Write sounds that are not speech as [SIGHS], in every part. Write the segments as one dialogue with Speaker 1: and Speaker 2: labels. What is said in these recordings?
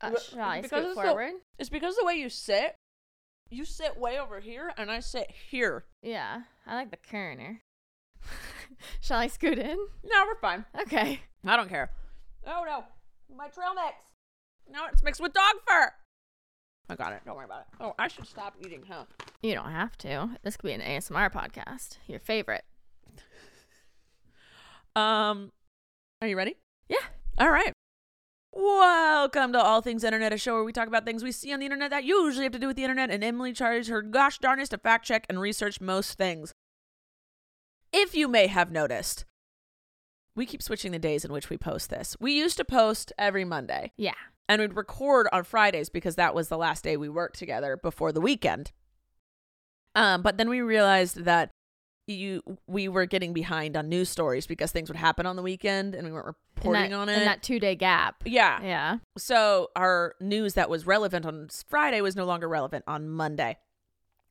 Speaker 1: Uh,
Speaker 2: Re-
Speaker 1: shall I
Speaker 2: because
Speaker 1: scoot
Speaker 2: it's so-
Speaker 1: forward?
Speaker 2: It's because the way you sit, you sit way over here, and I sit here.
Speaker 1: Yeah, I like the corner. [LAUGHS] shall I scoot in?
Speaker 2: No, we're fine.
Speaker 1: Okay.
Speaker 2: I don't care. Oh no, my trail mix. Now it's mixed with dog fur. I got it. Don't worry about it. Oh, I should stop eating, huh?
Speaker 1: You don't have to. This could be an ASMR podcast. Your favorite.
Speaker 2: Um, are you ready?
Speaker 1: Yeah.
Speaker 2: All right. Welcome to All Things Internet, a show where we talk about things we see on the internet that usually have to do with the internet, and Emily charges her gosh darnest to fact check and research most things. If you may have noticed, we keep switching the days in which we post this. We used to post every Monday,
Speaker 1: Yeah.
Speaker 2: and we'd record on Fridays because that was the last day we worked together before the weekend. Um, but then we realized that you we were getting behind on news stories because things would happen on the weekend and we weren't
Speaker 1: In
Speaker 2: reporting
Speaker 1: that-
Speaker 2: on
Speaker 1: In
Speaker 2: it.
Speaker 1: that two day gap.
Speaker 2: yeah.
Speaker 1: Yeah.
Speaker 2: So our news that was relevant on Friday was no longer relevant on Monday.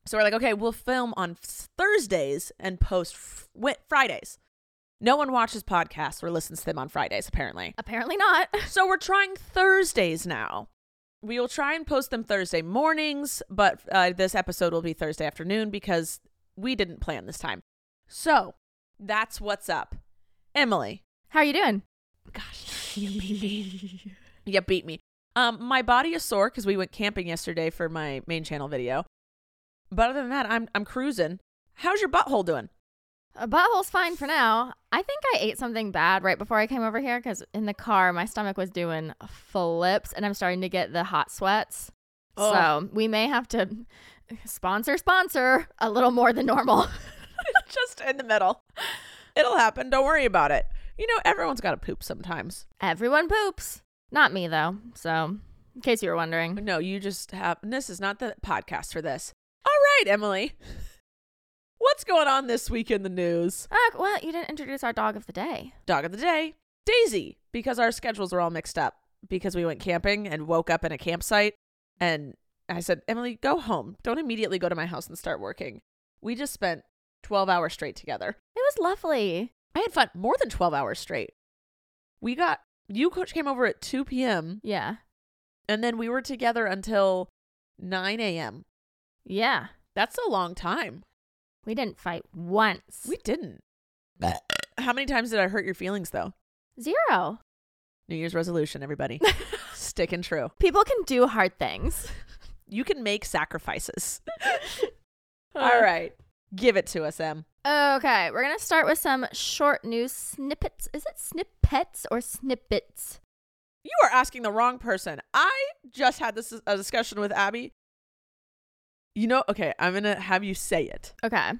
Speaker 2: So we're like, okay, we'll film on s- Thursdays and post f- wi- Fridays. No one watches podcasts or listens to them on Fridays, apparently.
Speaker 1: Apparently not. [LAUGHS]
Speaker 2: So we're trying Thursdays now. We will try and post them Thursday mornings, but uh, this episode will be Thursday afternoon because we didn't plan this time. So that's what's up. Emily,
Speaker 1: How are you doing?
Speaker 2: gosh, [LAUGHS] you beat me. you beat me. Um, my body is sore because we went camping yesterday for my main channel video. But other than that, I'm I'm cruising. How's your butthole doing?
Speaker 1: A Uh, butthole's fine for now. I think I ate something bad right before I came over here because in the car my stomach was doing flips and I'm starting to get the hot sweats. So
Speaker 2: Ugh.
Speaker 1: we may have to [LAUGHS] sponsor sponsor a little more than normal.
Speaker 2: [LAUGHS]
Speaker 1: [LAUGHS]
Speaker 2: Just in the middle. It'll happen. Don't worry about it. You know, everyone's got to poop sometimes.
Speaker 1: Everyone poops. Not me though. So in case you were wondering.
Speaker 2: No, you just have. This is not the podcast for this. All right, Emily. [LAUGHS] What's going on this week in the news?
Speaker 1: Ah, well, you didn't introduce our dog of the day.
Speaker 2: Dog of the day, Daisy, because our schedules were all mixed up because we went camping and woke up in a campsite. And I said, Emily, go home. Don't immediately go to my house and start working. We just spent 12 hours straight together.
Speaker 1: It was lovely.
Speaker 2: I had fun more than 12 hours straight. We got, you coach came over at 2 p.m.,
Speaker 1: Yeah.
Speaker 2: and then we were together until 9 a.m.
Speaker 1: Yeah.
Speaker 2: That's a long time.
Speaker 1: We didn't fight once.
Speaker 2: We didn't. How many times did I hurt your feelings though? [LAUGHS]
Speaker 1: Zero.
Speaker 2: New Year's resolution, everybody. Sticking true.
Speaker 1: People can do hard things.
Speaker 2: You can make sacrifices. All right. Give it to us, Em.
Speaker 1: Okay, we're gonna start with some short news snippets. Is it snippets or snippets?
Speaker 2: You are asking the wrong person. I just had this a discussion with Abby. You know, okay, I'm going to have you say it,
Speaker 1: Okay,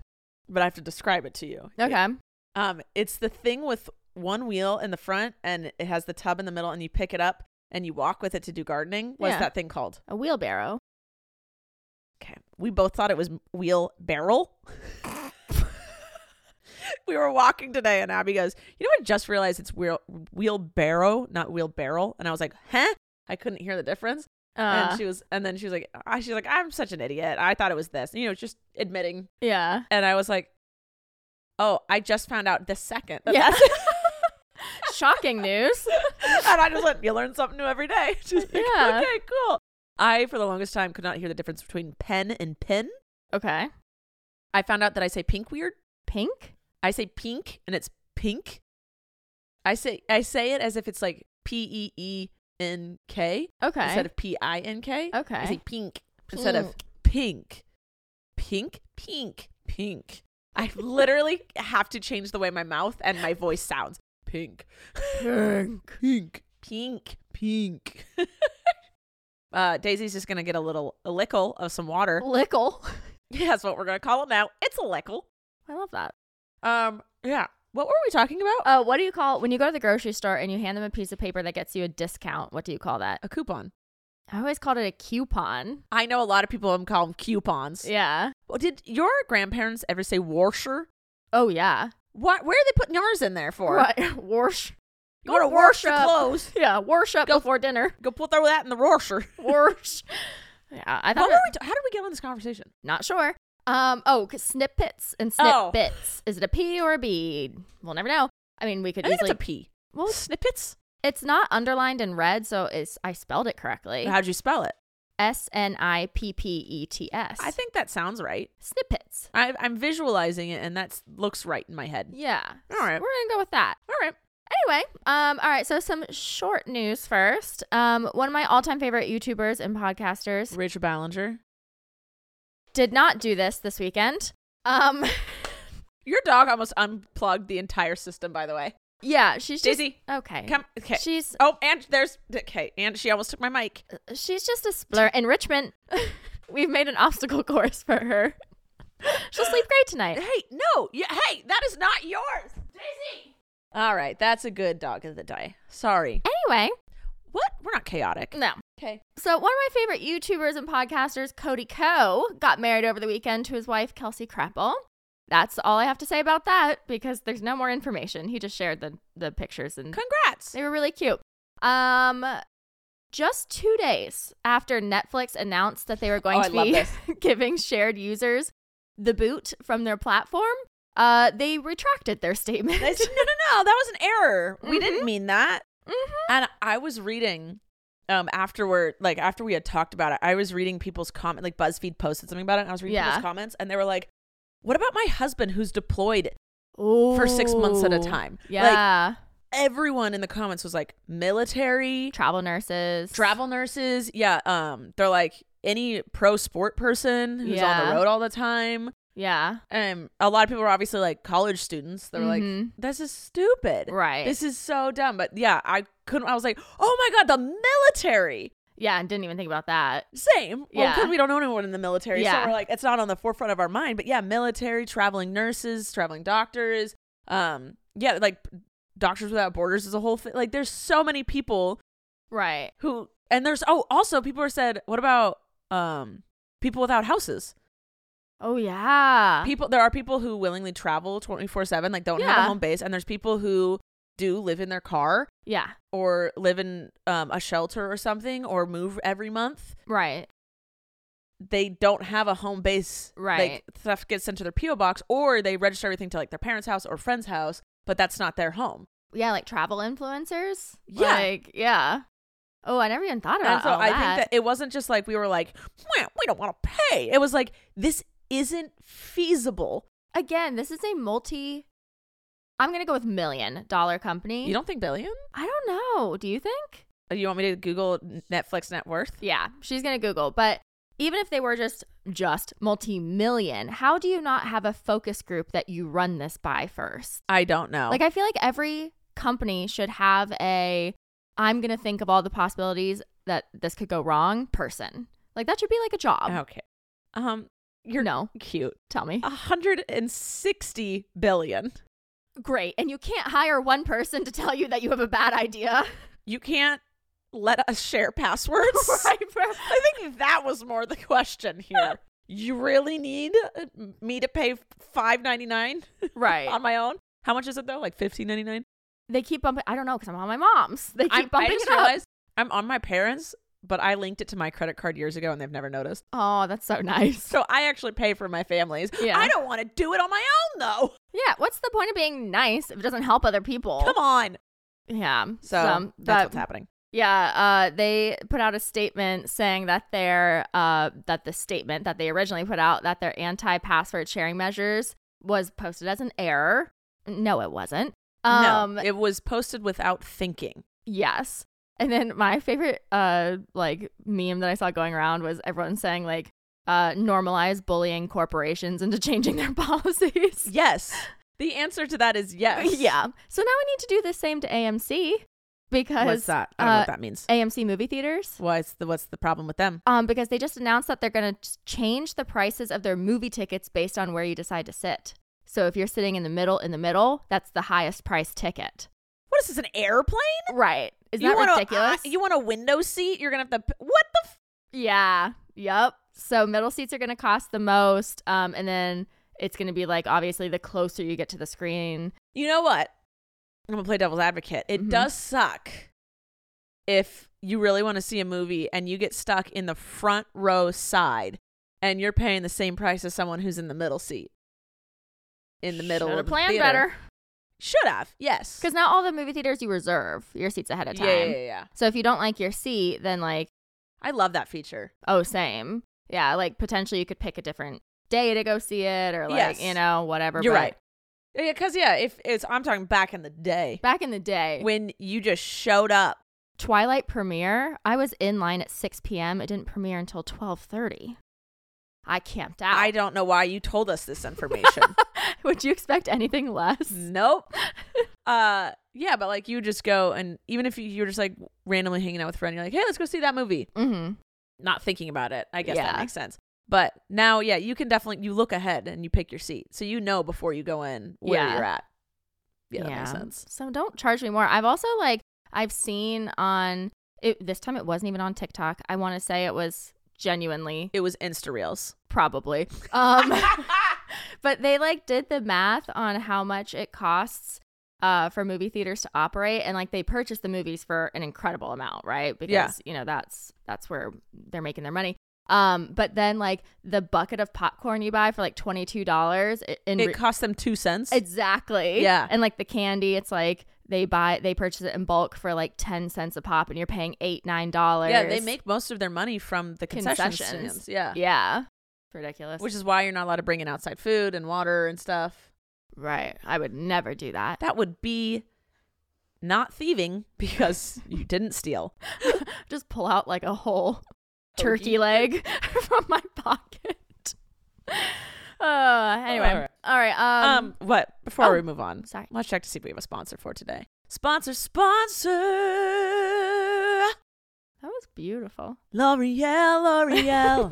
Speaker 2: but I have to describe it to you.
Speaker 1: okay.
Speaker 2: Um, it's the thing with one wheel in the front and it has the tub in the middle and you pick it up and you walk with it to do gardening. What's
Speaker 1: Yeah.
Speaker 2: that thing called?
Speaker 1: A wheelbarrow.
Speaker 2: Okay. We both thought it was wheel barrel. [LAUGHS] we were walking today and Abby goes, You know, I just realized it's wheel wheelbarrow, not wheelbarrel. And I was like, huh? I couldn't hear the difference.
Speaker 1: Uh,
Speaker 2: and she was and then she was like, I she's like, I'm such an idiot. I thought it was this. You know, just admitting.
Speaker 1: yeah,
Speaker 2: And I was like, Oh, I just found out this second. [LAUGHS] that
Speaker 1: yeah.
Speaker 2: that's-
Speaker 1: [LAUGHS] Shocking news.
Speaker 2: and I just let you learn something new every day. [LAUGHS] She's like,
Speaker 1: Yeah.
Speaker 2: Okay, cool. I for the longest time could not hear the difference between pen and pin.
Speaker 1: Okay,
Speaker 2: I found out that I say pink weird.
Speaker 1: pink.
Speaker 2: I say pink and it's pink. I say I say it as if it's like P E E N K
Speaker 1: Okay,
Speaker 2: instead of P I N K. I
Speaker 1: Okay.
Speaker 2: say pink, instead of pink. Pink, pink, pink. I literally have to change the way my mouth and my voice sounds. Pink. Pink. Pink. Pink. Pink. [LAUGHS] uh, Daisy's just gonna get a little a lickle of some
Speaker 1: [LAUGHS]
Speaker 2: water.
Speaker 1: lickle.
Speaker 2: That's what we're gonna call it now. It's a lickle.
Speaker 1: I love that.
Speaker 2: Um, yeah. What were we talking about?
Speaker 1: Uh, what do you call when you go to the grocery store and you hand them a piece of paper that gets you a discount? What do you call that?
Speaker 2: a coupon.
Speaker 1: I always called it a coupon.
Speaker 2: I know a lot of people um, call them coupons.
Speaker 1: Yeah.
Speaker 2: Well, did your grandparents ever say washer?
Speaker 1: Oh yeah.
Speaker 2: What? Where are they putting yours in there for?
Speaker 1: Right. [LAUGHS] Wash.
Speaker 2: You want to wash your clothes.
Speaker 1: [LAUGHS] Yeah, wash up
Speaker 2: Go-
Speaker 1: before
Speaker 2: [LAUGHS]
Speaker 1: dinner.
Speaker 2: Go put, throw that in the washer.
Speaker 1: Wash. yeah, I
Speaker 2: What
Speaker 1: thought.
Speaker 2: were
Speaker 1: it-
Speaker 2: we ta- how did we get on this conversation?
Speaker 1: not sure. Um. Oh, 'cause snippets and
Speaker 2: Oh.
Speaker 1: snippets. Is it a P or a B? We'll never know. I mean, we could
Speaker 2: I think
Speaker 1: easily.
Speaker 2: it's a P.
Speaker 1: well, it's,
Speaker 2: Snippets?
Speaker 1: it's not underlined in red, so it's I spelled it correctly.
Speaker 2: How'd you spell it?
Speaker 1: S N I P P E T S.
Speaker 2: I think that sounds right.
Speaker 1: snippets.
Speaker 2: I, I'm visualizing it, and that looks right in my head.
Speaker 1: Yeah.
Speaker 2: All right.
Speaker 1: We're gonna go with that.
Speaker 2: All right.
Speaker 1: Anyway, um, all right. So some short news first. Um, one of my all-time favorite YouTubers and podcasters
Speaker 2: Rachel Ballinger.
Speaker 1: did not do this this weekend. Um, [LAUGHS]
Speaker 2: Your dog almost unplugged the entire system, by the way.
Speaker 1: yeah, she's just
Speaker 2: Daisy,
Speaker 1: okay.
Speaker 2: come. Okay.
Speaker 1: She's
Speaker 2: oh, and there's. Okay. And she almost took my mic.
Speaker 1: she's just a splur. Enrichment. [LAUGHS] We've made an obstacle course for her. [LAUGHS] She'll sleep
Speaker 2: [LAUGHS]
Speaker 1: great tonight.
Speaker 2: Hey, no. Yeah, hey, that is not yours. Daisy. All right. That's a good dog of the day. Sorry.
Speaker 1: Anyway,
Speaker 2: What? We're not chaotic.
Speaker 1: no.
Speaker 2: Okay.
Speaker 1: So one of my favorite YouTubers and podcasters, Cody Ko, got married over the weekend to his wife Kelsey Kreppel. That's all I have to say about that because there's no more information. He just shared the the pictures and
Speaker 2: Congrats.
Speaker 1: they were really cute. Um, just two days after Netflix announced that they were going
Speaker 2: Oh, I
Speaker 1: to
Speaker 2: love
Speaker 1: be
Speaker 2: this.
Speaker 1: [LAUGHS] giving shared users the boot from their platform, uh, they retracted their statement.
Speaker 2: They
Speaker 1: [LAUGHS]
Speaker 2: said, no, no, no. That was an error. We didn't mean that.
Speaker 1: Mhm.
Speaker 2: And I was reading um afterward, like after we had talked about it, I was reading people's comment. Like BuzzFeed posted something about it. And I was reading
Speaker 1: Yeah.
Speaker 2: people's comments, and they were like, "What about my husband who's deployed?" For six months at a
Speaker 1: Ooh.
Speaker 2: time. Like-
Speaker 1: Yeah.
Speaker 2: Everyone in the comments was like, "Military,
Speaker 1: travel nurses.
Speaker 2: travel nurses." Yeah. Um. They're like any pro sport person who's on
Speaker 1: Yeah.
Speaker 2: the road all the time.
Speaker 1: Yeah.
Speaker 2: Um. A lot of people are obviously like college students. They're like,
Speaker 1: Mhm.
Speaker 2: "This is stupid."
Speaker 1: Right.
Speaker 2: This is so dumb. But yeah, I couldn't. I was like, oh my God, the military.
Speaker 1: yeah, and didn't even think about that.
Speaker 2: Same. Well,
Speaker 1: Yeah.
Speaker 2: because we don't know anyone in the military.
Speaker 1: Yeah.
Speaker 2: So we're like, it's not on the forefront of our mind. But yeah, military, traveling nurses, traveling doctors. Um, yeah, like Doctors Without Borders is a whole thing. Like, there's so many people
Speaker 1: Right.
Speaker 2: who, and there's, oh, also people are said, what about um people without houses?
Speaker 1: Oh yeah.
Speaker 2: People, there are people who willingly travel 24 7, like don't have a
Speaker 1: Yeah.
Speaker 2: home base. And there's people who do live in their car
Speaker 1: yeah.
Speaker 2: or live in um, a shelter or something or move every month
Speaker 1: Right.
Speaker 2: they don't have a home base like
Speaker 1: Right.
Speaker 2: stuff gets sent to their po box or they register everything to like their parents house or friend's house but that's not their home
Speaker 1: Yeah, like travel influencers.
Speaker 2: Yeah.
Speaker 1: Like, yeah. Oh, I never even thought about
Speaker 2: and so
Speaker 1: all
Speaker 2: i
Speaker 1: that.
Speaker 2: think that it wasn't just like we were like "Meh, we don't want to pay it was like this isn't feasible
Speaker 1: Again, this is a multi. I'm gonna go with million dollar company.
Speaker 2: you don't think billion
Speaker 1: I don't know. Do you think?
Speaker 2: Uh, you want me to google netflix net worth
Speaker 1: Yeah, she's gonna Google. But even if they were just just multi million, how do you not have a focus group that you run this by first?
Speaker 2: i don't know
Speaker 1: Like I feel like every company should have a I'm going to think of all the possibilities that this could go wrong person. Like that should be like a job.
Speaker 2: okay um
Speaker 1: You're no.
Speaker 2: cute
Speaker 1: Tell me.
Speaker 2: 160 billion
Speaker 1: Great. And you can't hire one person to tell you that you have a bad idea.
Speaker 2: [LAUGHS]
Speaker 1: [LAUGHS]
Speaker 2: you can't let us share passwords
Speaker 1: [LAUGHS] right, bro?
Speaker 2: I think that was more the question
Speaker 1: [LAUGHS]
Speaker 2: here. you really need uh, me to pay five ninety nine on
Speaker 1: Right.
Speaker 2: my own? How much is it though? Like fifteen ninety nine?
Speaker 1: They keep bumping I don't know cuz I'm on my mom's. They keep
Speaker 2: I, I
Speaker 1: bumping
Speaker 2: just
Speaker 1: it up.
Speaker 2: realized I'm on my parents, but I linked it to my credit card years ago, and they've never noticed.
Speaker 1: Oh, that's so nice. [LAUGHS]
Speaker 2: So I actually pay for my family's.
Speaker 1: Yeah.
Speaker 2: I don't want to do it on my own though.
Speaker 1: Yeah, what's the point of being nice if it doesn't help other people?
Speaker 2: Come on.
Speaker 1: Yeah.
Speaker 2: So
Speaker 1: um,
Speaker 2: that's
Speaker 1: but-
Speaker 2: what's happening.
Speaker 1: Yeah, uh, they put out a statement saying that their uh, that the statement that they originally put out that their anti password sharing measures was posted as an error. No, it wasn't. Um,
Speaker 2: no, it was posted without thinking.
Speaker 1: yes. And then my favorite uh, like meme that I saw going around was everyone saying like uh, normalize bullying corporations into [LAUGHS] changing their policies. [SIGHS]
Speaker 2: Yes. The answer to that is yes.
Speaker 1: [LAUGHS] yeah. So now we need to do the same to AMC because
Speaker 2: What's that? I don't know
Speaker 1: uh,
Speaker 2: what that means.
Speaker 1: AMC movie theaters.
Speaker 2: What's the what's the problem with them?
Speaker 1: um, because they just announced that they're going to change the prices of their movie tickets based on where you decide to sit. So if you're sitting in the middle, in the middle, that's the highest price ticket.
Speaker 2: What is this? An airplane?
Speaker 1: Right? Is
Speaker 2: you ah,
Speaker 1: that
Speaker 2: want
Speaker 1: ridiculous?
Speaker 2: A, uh, you want a window seat? You're gonna have to. p- What the
Speaker 1: Yeah. Yep. So middle seats are going to cost the most. Um, and then it's going to be like obviously the closer you get to the screen.
Speaker 2: You know what? I'm gonna play devil's advocate. It
Speaker 1: Mhm.
Speaker 2: does suck if you really want to see a movie and you get stuck in the front row side and you're paying the same price as someone who's in the middle seat. In the middle
Speaker 1: Should've
Speaker 2: of the
Speaker 1: planned
Speaker 2: theater.
Speaker 1: better.
Speaker 2: Should have, yes.
Speaker 1: Because now all the movie theaters you reserve your seats ahead of time.
Speaker 2: Yeah, yeah, yeah, yeah.
Speaker 1: So if you don't like your seat, then like
Speaker 2: I love that feature.
Speaker 1: oh same yeah like potentially you could pick a different day to go see it or like
Speaker 2: Yes.
Speaker 1: you know whatever
Speaker 2: You're
Speaker 1: but
Speaker 2: right. Yeah, because yeah, if it's I'm talking back in the day
Speaker 1: back in the day
Speaker 2: when you just showed up.
Speaker 1: twilight premiere i was in line at 6 p.m it didn't premiere until 12.30 i camped out
Speaker 2: I don't know why you told us this information.
Speaker 1: [LAUGHS] would you expect anything less
Speaker 2: nope. [LAUGHS] Uh, yeah, but like you just go and even if you, you were just like randomly hanging out with a friend, you're like, hey, let's go see that movie.
Speaker 1: mm-hmm.
Speaker 2: Not thinking about it. I guess that
Speaker 1: Yeah.
Speaker 2: makes sense. But now, yeah, you can definitely you look ahead and you pick your seat, so you know before you go in where
Speaker 1: Yeah.
Speaker 2: you're at. Yeah, that makes sense.
Speaker 1: So don't charge me more. I've also like I've seen on it, this time it wasn't even on TikTok. I want to say it was genuinely
Speaker 2: It was Insta reels.
Speaker 1: probably.
Speaker 2: [LAUGHS]
Speaker 1: Um [LAUGHS] but they like did the math on how much it costs uh for movie theaters to operate and like they purchase the movies for an incredible amount, right? Because
Speaker 2: Yeah.
Speaker 1: you know that's that's where they're making their money. Um but then like the bucket of popcorn you buy for like $22 i- in
Speaker 2: It
Speaker 1: re-
Speaker 2: cost them two cents.
Speaker 1: Exactly.
Speaker 2: Yeah.
Speaker 1: And like the candy, it's like they buy they purchase it in bulk for like ten cents a pop and you're paying eight, nine dollars.
Speaker 2: yeah, they make most of their money from the concession
Speaker 1: Concessions.
Speaker 2: stands. Yeah.
Speaker 1: Yeah. It's ridiculous.
Speaker 2: which is why you're not allowed to bring in outside food and water and stuff.
Speaker 1: right. I would never do that.
Speaker 2: That would be not thieving because you didn't steal.
Speaker 1: [LAUGHS] Just pull out like a whole
Speaker 2: Hoagie.
Speaker 1: turkey leg [LAUGHS] from my pocket. [LAUGHS] Uh anyway.
Speaker 2: All
Speaker 1: All
Speaker 2: right.
Speaker 1: right.
Speaker 2: Um,
Speaker 1: um,
Speaker 2: what? Before
Speaker 1: oh,
Speaker 2: we move on,
Speaker 1: sorry.
Speaker 2: let's check to see if we have a sponsor for today. Sponsor, sponsor,
Speaker 1: that was beautiful.
Speaker 2: L'Oreal, L'Oreal.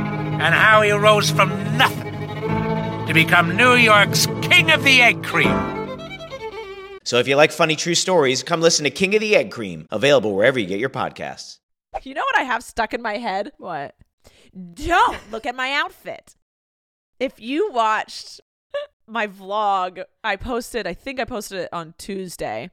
Speaker 3: and how he rose from nothing to become New York's king of the egg cream.
Speaker 4: So if you like funny true stories, come listen to King of the Egg Cream, available wherever you get your podcasts.
Speaker 2: you know what I have stuck in my head?
Speaker 1: What?
Speaker 2: Don't look at my outfit. If you watched my vlog, I posted, I think I posted it on Tuesday.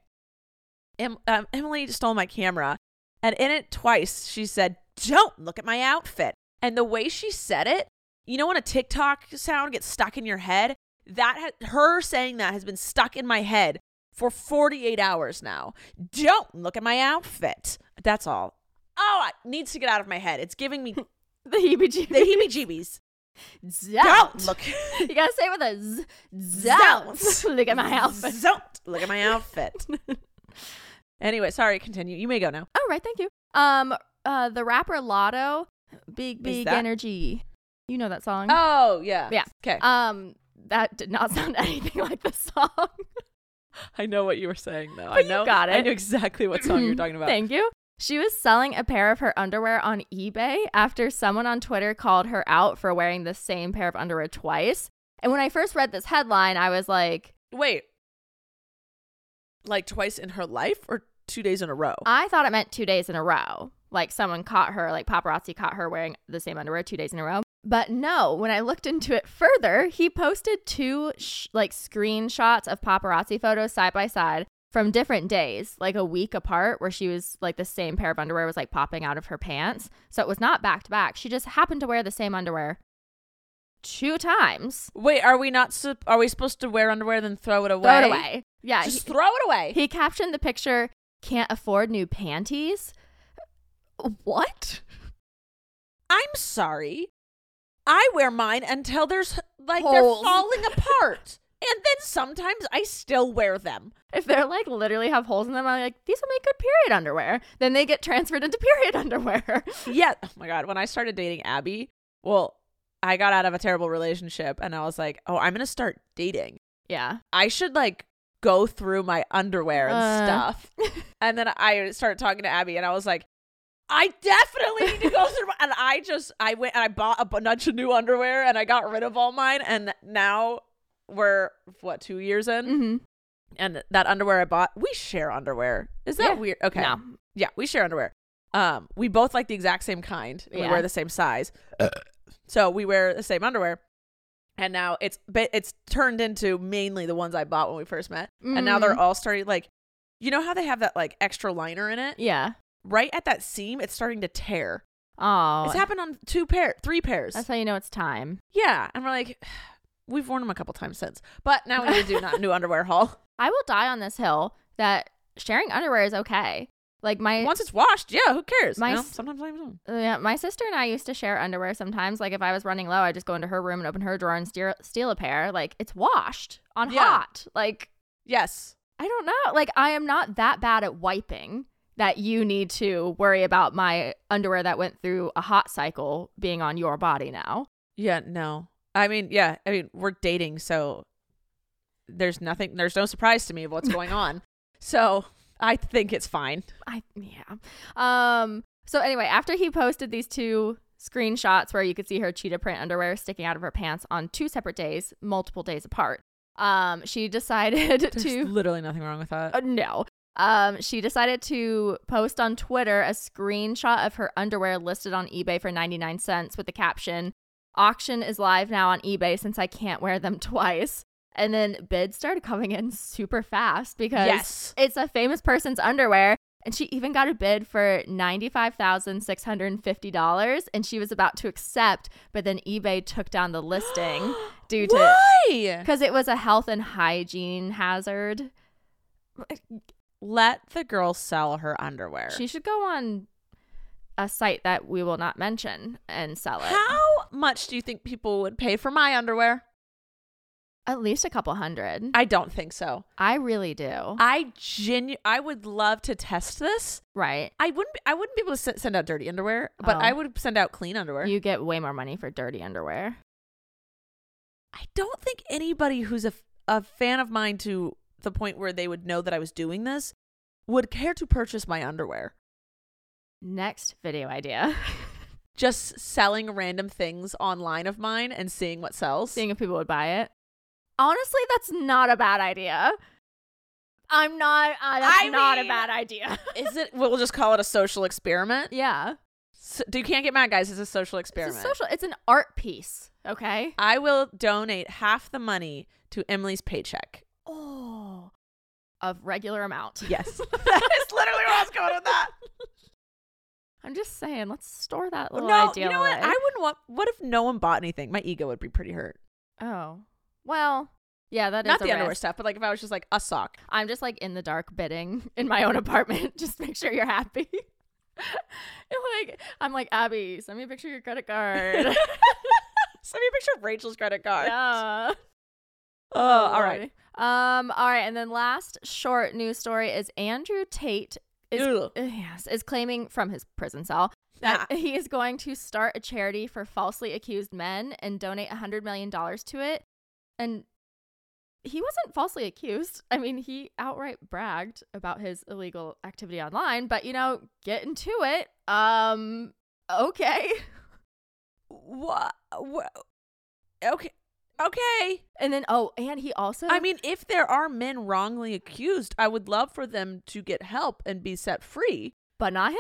Speaker 2: Em- um, Emily stole my camera, and in it twice, she said, Don't look at my outfit. And the way she said it, you know, when a TikTok sound gets stuck in your head, that ha- her saying that has been stuck in my head for 48 hours now. Don't look at my outfit. That's all. Oh, it needs to get out of my head. It's giving me
Speaker 1: The heebie
Speaker 2: the [LAUGHS]
Speaker 1: jeebies.
Speaker 2: heebie jeebies.
Speaker 1: [LAUGHS] Don't
Speaker 2: [LAUGHS] look.
Speaker 1: [LAUGHS] You gotta say it with a z. Don't [LAUGHS] look
Speaker 2: [LAUGHS]
Speaker 1: at my outfit.
Speaker 2: Don't look at my outfit. [LAUGHS] anyway, sorry, continue. You may go now.
Speaker 1: Oh, right. Thank you. Um, uh, the rapper Lotto, big big
Speaker 2: that-
Speaker 1: energy. You know that song.
Speaker 2: Oh, yeah.
Speaker 1: Yeah.
Speaker 2: Okay.
Speaker 1: Um, that did not [LAUGHS] sound anything like the song.
Speaker 2: I know what you were saying, though.
Speaker 1: But you got
Speaker 2: I
Speaker 1: it.
Speaker 2: knew exactly what song you were
Speaker 1: [CLEARS THROAT]
Speaker 2: talking about.
Speaker 1: Hmm. Thank you. She was selling a pair of her underwear on eBay after someone on Twitter called her out for wearing the same pair of underwear twice. And when I first read this headline, I was like,
Speaker 2: Wait. Like twice in her life or two days in a row?
Speaker 1: I thought it meant two days in a row. Like someone caught her, like paparazzi caught her wearing the same underwear two days in a row. But no, when I looked into it further, he posted two sh- like screenshots of paparazzi photos side by side from different days, like a week apart, where she was like the same pair of underwear was like popping out of her pants. So it was not back to back. She just happened to wear the same underwear two times.
Speaker 2: Wait, are we not? Sup- are we supposed to wear underwear then throw it away?
Speaker 1: Throw it away. Yeah.
Speaker 2: Just
Speaker 1: he-
Speaker 2: throw it away.
Speaker 1: He captioned the picture, can't afford new panties.
Speaker 2: What? I'm sorry. I wear mine until there's like
Speaker 1: Holes.
Speaker 2: they're falling apart. And then sometimes I still wear them.
Speaker 1: If they're like literally have holes in them, I'm like, these would make good period underwear. Then they get transferred into [LAUGHS] period underwear.
Speaker 2: Yeah. Oh my God. When I started dating Abby, well, I got out of a terrible relationship and I was like, oh, I'm going to start dating.
Speaker 1: yeah.
Speaker 2: I should like go through my underwear and
Speaker 1: Uh. [LAUGHS]
Speaker 2: stuff. and then I started talking to Abby and I was like, I definitely need to
Speaker 1: [LAUGHS]
Speaker 2: go through my and I just I went and I bought a bunch of new underwear and I got rid of all mine and now we're what, two years in?
Speaker 1: Mm-hmm.
Speaker 2: And that underwear I bought, we share underwear. Is that
Speaker 1: Yeah.
Speaker 2: weird? Okay.
Speaker 1: No.
Speaker 2: Yeah, we share underwear. Um, we both like the exact same kind. and We
Speaker 1: Yeah.
Speaker 2: wear the same size, so we wear the same underwear. And now it's but it's turned into mainly the ones I bought when we first met, and now they're
Speaker 1: Mm.
Speaker 2: all starting like, you know how they have that like extra liner in it,
Speaker 1: Yeah.
Speaker 2: right at that seam, it's starting to tear.
Speaker 1: Oh.
Speaker 2: it's happened on two pair, three pairs.
Speaker 1: That's how you know it's time.
Speaker 2: yeah, and we're like, [SIGHS] we've worn them a couple times since, but now we need to do
Speaker 1: [LAUGHS]
Speaker 2: not new underwear haul.
Speaker 1: I will die on this hill that sharing underwear is okay. Like my
Speaker 2: Once it's washed, yeah, who cares?
Speaker 1: My
Speaker 2: you know?
Speaker 1: s-
Speaker 2: sometimes I don't.
Speaker 1: Yeah, my sister and I used to share underwear sometimes. Like if I was running low, I'd just go into her room and open her drawer and steal, steal a pair. Like it's washed on
Speaker 2: Yeah.
Speaker 1: hot. Like
Speaker 2: Yes,
Speaker 1: I don't know. Like I am not that bad at wiping that you need to worry about my underwear that went through a hot cycle being on your body now.
Speaker 2: Yeah, no. I mean, yeah, I mean, we're dating, so there's nothing, there's no surprise to me of what's going on. So I think it's fine.
Speaker 1: I yeah. Um so anyway, after he posted these two screenshots where you could see her cheetah print underwear sticking out of her pants on two separate days, multiple days apart. Um she [LAUGHS] decided
Speaker 2: There's
Speaker 1: to
Speaker 2: literally nothing wrong with that.
Speaker 1: Uh, no. Um, she decided to post on Twitter a screenshot of her underwear listed on eBay for 99 cents with the caption, Auction is live now on eBay since I can't wear them [LAUGHS] twice. And then bids started coming in super fast because
Speaker 2: Yes.
Speaker 1: it's a famous person's underwear. And she even got a bid for $95,650 and she was about to accept, but then eBay took down the listing due to
Speaker 2: Why?
Speaker 1: because it was a health and hygiene hazard.
Speaker 2: Let the girl sell her underwear.
Speaker 1: She should go on a site that we will not mention and sell it.
Speaker 2: How much do you think people would pay for my underwear?
Speaker 1: At least a couple hundred. I,
Speaker 2: I don't think so.
Speaker 1: really do.
Speaker 2: I genu- I would love to test this.
Speaker 1: right.
Speaker 2: I wouldn't. Be, I wouldn't be able to se- send out dirty underwear, but
Speaker 1: Oh.
Speaker 2: I would send out clean underwear.
Speaker 1: You get way more money for dirty underwear.
Speaker 2: I don't think anybody who's a, f- a fan of mine to the point where they would know that I was doing this would care to purchase my underwear.
Speaker 1: Next video idea. [LAUGHS]
Speaker 2: Just selling random things online of mine and seeing what sells.
Speaker 1: Seeing if people would buy it. Honestly, that's not a bad idea. I'm not. Uh, that's
Speaker 2: I
Speaker 1: not
Speaker 2: mean-
Speaker 1: a bad idea. [LAUGHS]
Speaker 2: Is it? We'll just call it a social experiment.
Speaker 1: yeah.
Speaker 2: S- you can't get mad, guys. It's a social experiment.
Speaker 1: It's a social. It's an art piece. Okay.
Speaker 2: I will donate half the money to Emily's paycheck.
Speaker 1: Oh. Of regular amount.
Speaker 2: Yes, [LAUGHS] that is literally where I was going with that.
Speaker 1: [LAUGHS] I'm just saying. Let's store that [LAUGHS] little
Speaker 2: No,
Speaker 1: idea
Speaker 2: you know what?
Speaker 1: away.
Speaker 2: I wouldn't want. What if no one bought anything? My ego would be pretty hurt.
Speaker 1: Oh. Well, yeah, that is
Speaker 2: Not
Speaker 1: a
Speaker 2: the underwear
Speaker 1: risk.
Speaker 2: stuff, but like if I was just like a sock.
Speaker 1: I'm just like in the dark bidding [LAUGHS] in my own apartment. [LAUGHS] just make sure you're happy. [LAUGHS] And, like I'm like Abby, send me a picture of your credit [LAUGHS] card.
Speaker 2: Send me a picture of Rachel's credit card.
Speaker 1: yeah.
Speaker 2: Oh, all right.
Speaker 1: Um, all right, and then last short news story is Andrew Tate is uh,
Speaker 2: Ugh.
Speaker 1: yes, is claiming from his prison cell that he is going to start a charity for falsely accused men and donate $100 million to it. And he wasn't falsely accused. I mean, he outright bragged about his illegal activity online, but you know, get into it. Um, okay. [LAUGHS]
Speaker 2: What? Okay. Okay.
Speaker 1: And then, oh, and he also,
Speaker 2: I mean, if there are men wrongly accused, I would love for them to get help and be set free.
Speaker 1: but not him.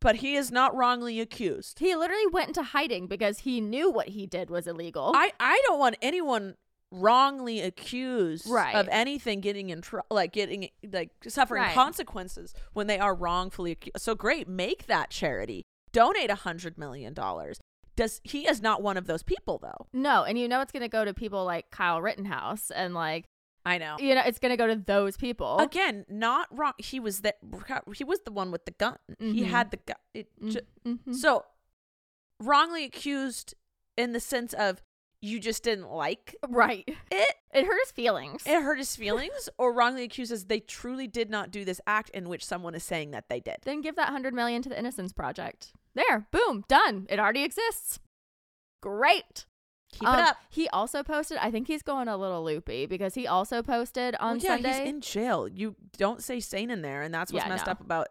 Speaker 2: But he is not wrongly accused.
Speaker 1: He literally went into hiding because he knew what he did was illegal.
Speaker 2: I I don't want anyone wrongly accused
Speaker 1: Right.
Speaker 2: of anything getting in trouble, like getting like suffering
Speaker 1: Right.
Speaker 2: consequences when they are wrongfully accused. So great, make that charity. Donate a hundred million dollars. Does he is not one of those people though?
Speaker 1: No, and you know it's going to go to people like Kyle Rittenhouse and like
Speaker 2: I know.
Speaker 1: You know, it's going to go to those people.
Speaker 2: Again, not wrong. He was that. He was the one with the gun. He
Speaker 1: Mhm.
Speaker 2: had the gun. It ju-
Speaker 1: Mhm.
Speaker 2: So wrongly accused in the sense of you just didn't like
Speaker 1: right.
Speaker 2: it.
Speaker 1: It hurt his feelings.
Speaker 2: It hurt his feelings, [LAUGHS] or wrongly accused as they truly did not do this act in which someone is saying that they did.
Speaker 1: then give that 100 million to the Innocence Project. There, boom, done. It already exists. Great.
Speaker 2: Keep
Speaker 1: Um,
Speaker 2: it up.
Speaker 1: He also posted, I think he's going a little loopy because he also posted
Speaker 2: Well,
Speaker 1: on
Speaker 2: yeah,
Speaker 1: Sunday.
Speaker 2: he's in jail. You don't say sane in there, and that's what's
Speaker 1: Yeah,
Speaker 2: messed
Speaker 1: no.
Speaker 2: up about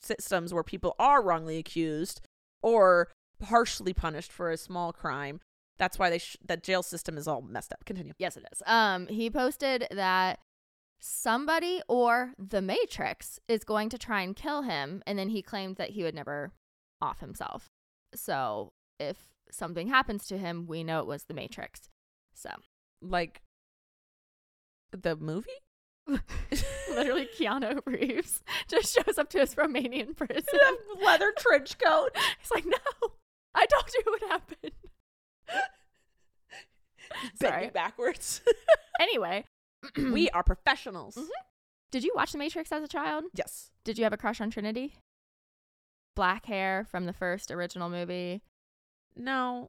Speaker 2: systems where people are wrongly accused or partially punished for a small crime. That's why they sh- that jail system is all messed up. Continue.
Speaker 1: Yes, it is. Um, he posted that somebody or the Matrix is going to try and kill him, and then he claimed that he would never off himself. So if something happens to him, we know it was the Matrix. So [LAUGHS]
Speaker 2: Like the movie?
Speaker 1: [LAUGHS] literally, Keanu Reeves [LAUGHS] just shows up to his Romanian prison.
Speaker 2: [LAUGHS] The leather trench coat.
Speaker 1: [LAUGHS] He's like, "No, I told you what happened."
Speaker 2: Bend
Speaker 1: [LAUGHS] Sorry.
Speaker 2: me
Speaker 1: [CLEARS THROAT]
Speaker 2: backwards.
Speaker 1: [LAUGHS] Anyway, [CLEARS THROAT]
Speaker 2: we are professionals.
Speaker 1: Mhm. did you watch The Matrix as a child?
Speaker 2: Yes.
Speaker 1: Did you have a crush on Trinity? Black hair from the first original movie.
Speaker 2: No,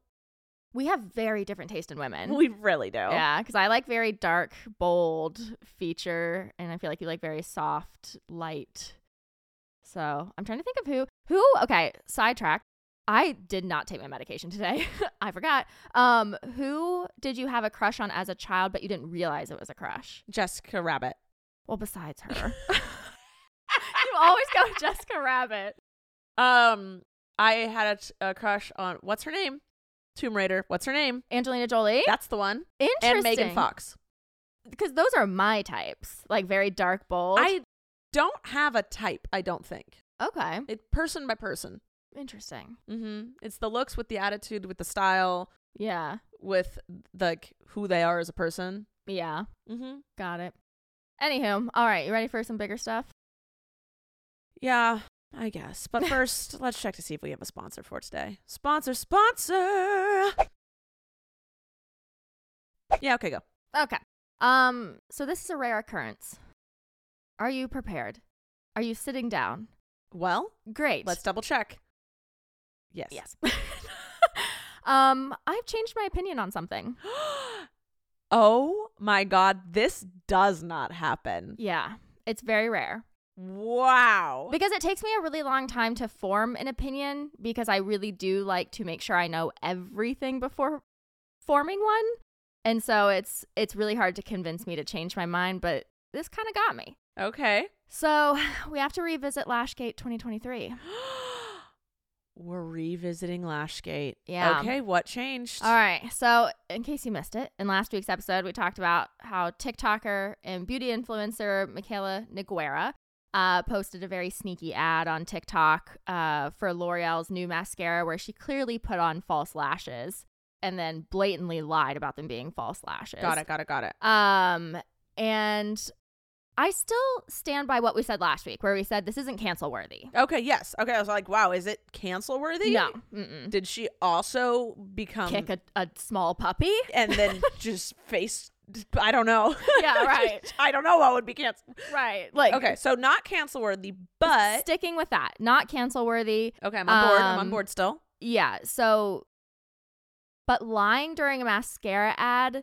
Speaker 1: We have very different taste in [LAUGHS] women.
Speaker 2: we really do.
Speaker 1: Yeah, because I like very dark, bold feature, and I feel like you like very soft, light. So I'm trying to think of who who. Okay, sidetrack. I did not take my medication today. [LAUGHS] I forgot. Um, who did you have a crush on as a child, but you didn't realize it was a crush?
Speaker 2: Jessica Rabbit.
Speaker 1: Well,
Speaker 2: [LAUGHS]
Speaker 1: besides her, you always go with Jessica Rabbit.
Speaker 2: Um, I had a, t- a crush on what's her name? Tomb Raider. What's her name?
Speaker 1: Angelina Jolie.
Speaker 2: That's the one.
Speaker 1: Interesting.
Speaker 2: And Megan Fox.
Speaker 1: because those are my types, like very dark, bold.
Speaker 2: I don't have a type. I don't think
Speaker 1: okay,
Speaker 2: it person by person.
Speaker 1: interesting.
Speaker 2: Mm-hmm. It's the looks with the attitude, with the style,
Speaker 1: Yeah,
Speaker 2: with like who they are as a person.
Speaker 1: yeah.
Speaker 2: Mm-hmm.
Speaker 1: Got it. Anywho, all right, you ready for some bigger stuff?
Speaker 2: Yeah, I guess. But first, let's check to see if we have a sponsor for today. Sponsor, sponsor. Yeah. Okay. Go.
Speaker 1: Okay. Um, so this is a rare occurrence. Are you prepared? Are you sitting down?
Speaker 2: Well,
Speaker 1: Great.
Speaker 2: let's double check. Yes. [GASPS]
Speaker 1: Yes. [LAUGHS] um, I've changed my opinion on something.
Speaker 2: Oh my god, this does not happen.
Speaker 1: Yeah, it's very rare.
Speaker 2: Wow.
Speaker 1: Because it takes me a really long time to form an opinion because I really do like to make sure I know everything before forming one. And so it's it's really hard to convince me to change my mind, but this kind of got me.
Speaker 2: Okay.
Speaker 1: So [SIGHS] we have to revisit Lashgate 2023.
Speaker 2: We're revisiting Lashgate.
Speaker 1: Yeah.
Speaker 2: Okay, what changed?
Speaker 1: All right. So in case you missed it, in last week's episode, we talked about how TikToker and beauty influencer Michaela Noguera uh, posted a very sneaky ad on TikTok uh, for L'Oreal's new mascara where she clearly put on false lashes and then blatantly lied about them being false lashes.
Speaker 2: Got it, got it, got it.
Speaker 1: Um, and I still stand by what we said last week, where we said this isn't cancel worthy.
Speaker 2: Okay, yes. Okay, I was like, wow, is it cancel worthy?
Speaker 1: No. Mm-mm.
Speaker 2: Did she also become
Speaker 1: Kick a, a small
Speaker 2: [LAUGHS]
Speaker 1: puppy. [LAUGHS]
Speaker 2: and then just face I don't know.
Speaker 1: Yeah, right.
Speaker 2: [LAUGHS] I don't know what would be canceled.
Speaker 1: right.
Speaker 2: [LAUGHS]
Speaker 1: Like,
Speaker 2: Okay, so not cancel worthy, but
Speaker 1: sticking with that, not cancel worthy.
Speaker 2: Okay, I'm on board. I'm on
Speaker 1: Um,
Speaker 2: board still.
Speaker 1: Yeah. So, but lying during a mascara ad,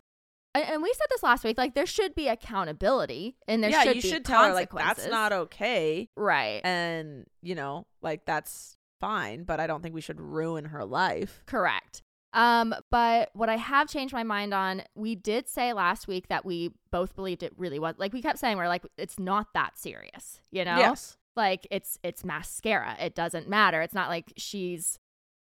Speaker 1: and, and we said this last week. Like, there should be accountability, and there
Speaker 2: yeah,
Speaker 1: should
Speaker 2: you
Speaker 1: be
Speaker 2: should tell her like that's
Speaker 1: consequences.
Speaker 2: not okay.
Speaker 1: right.
Speaker 2: and you know like that's fine but i don't think we should ruin her life
Speaker 1: Correct. Um, but what I have changed my mind on, we did say last week that we both believed it really was like we kept saying we're like it's not that serious, you know?
Speaker 2: yes
Speaker 1: Like it's it's mascara. It doesn't matter. It's not like she's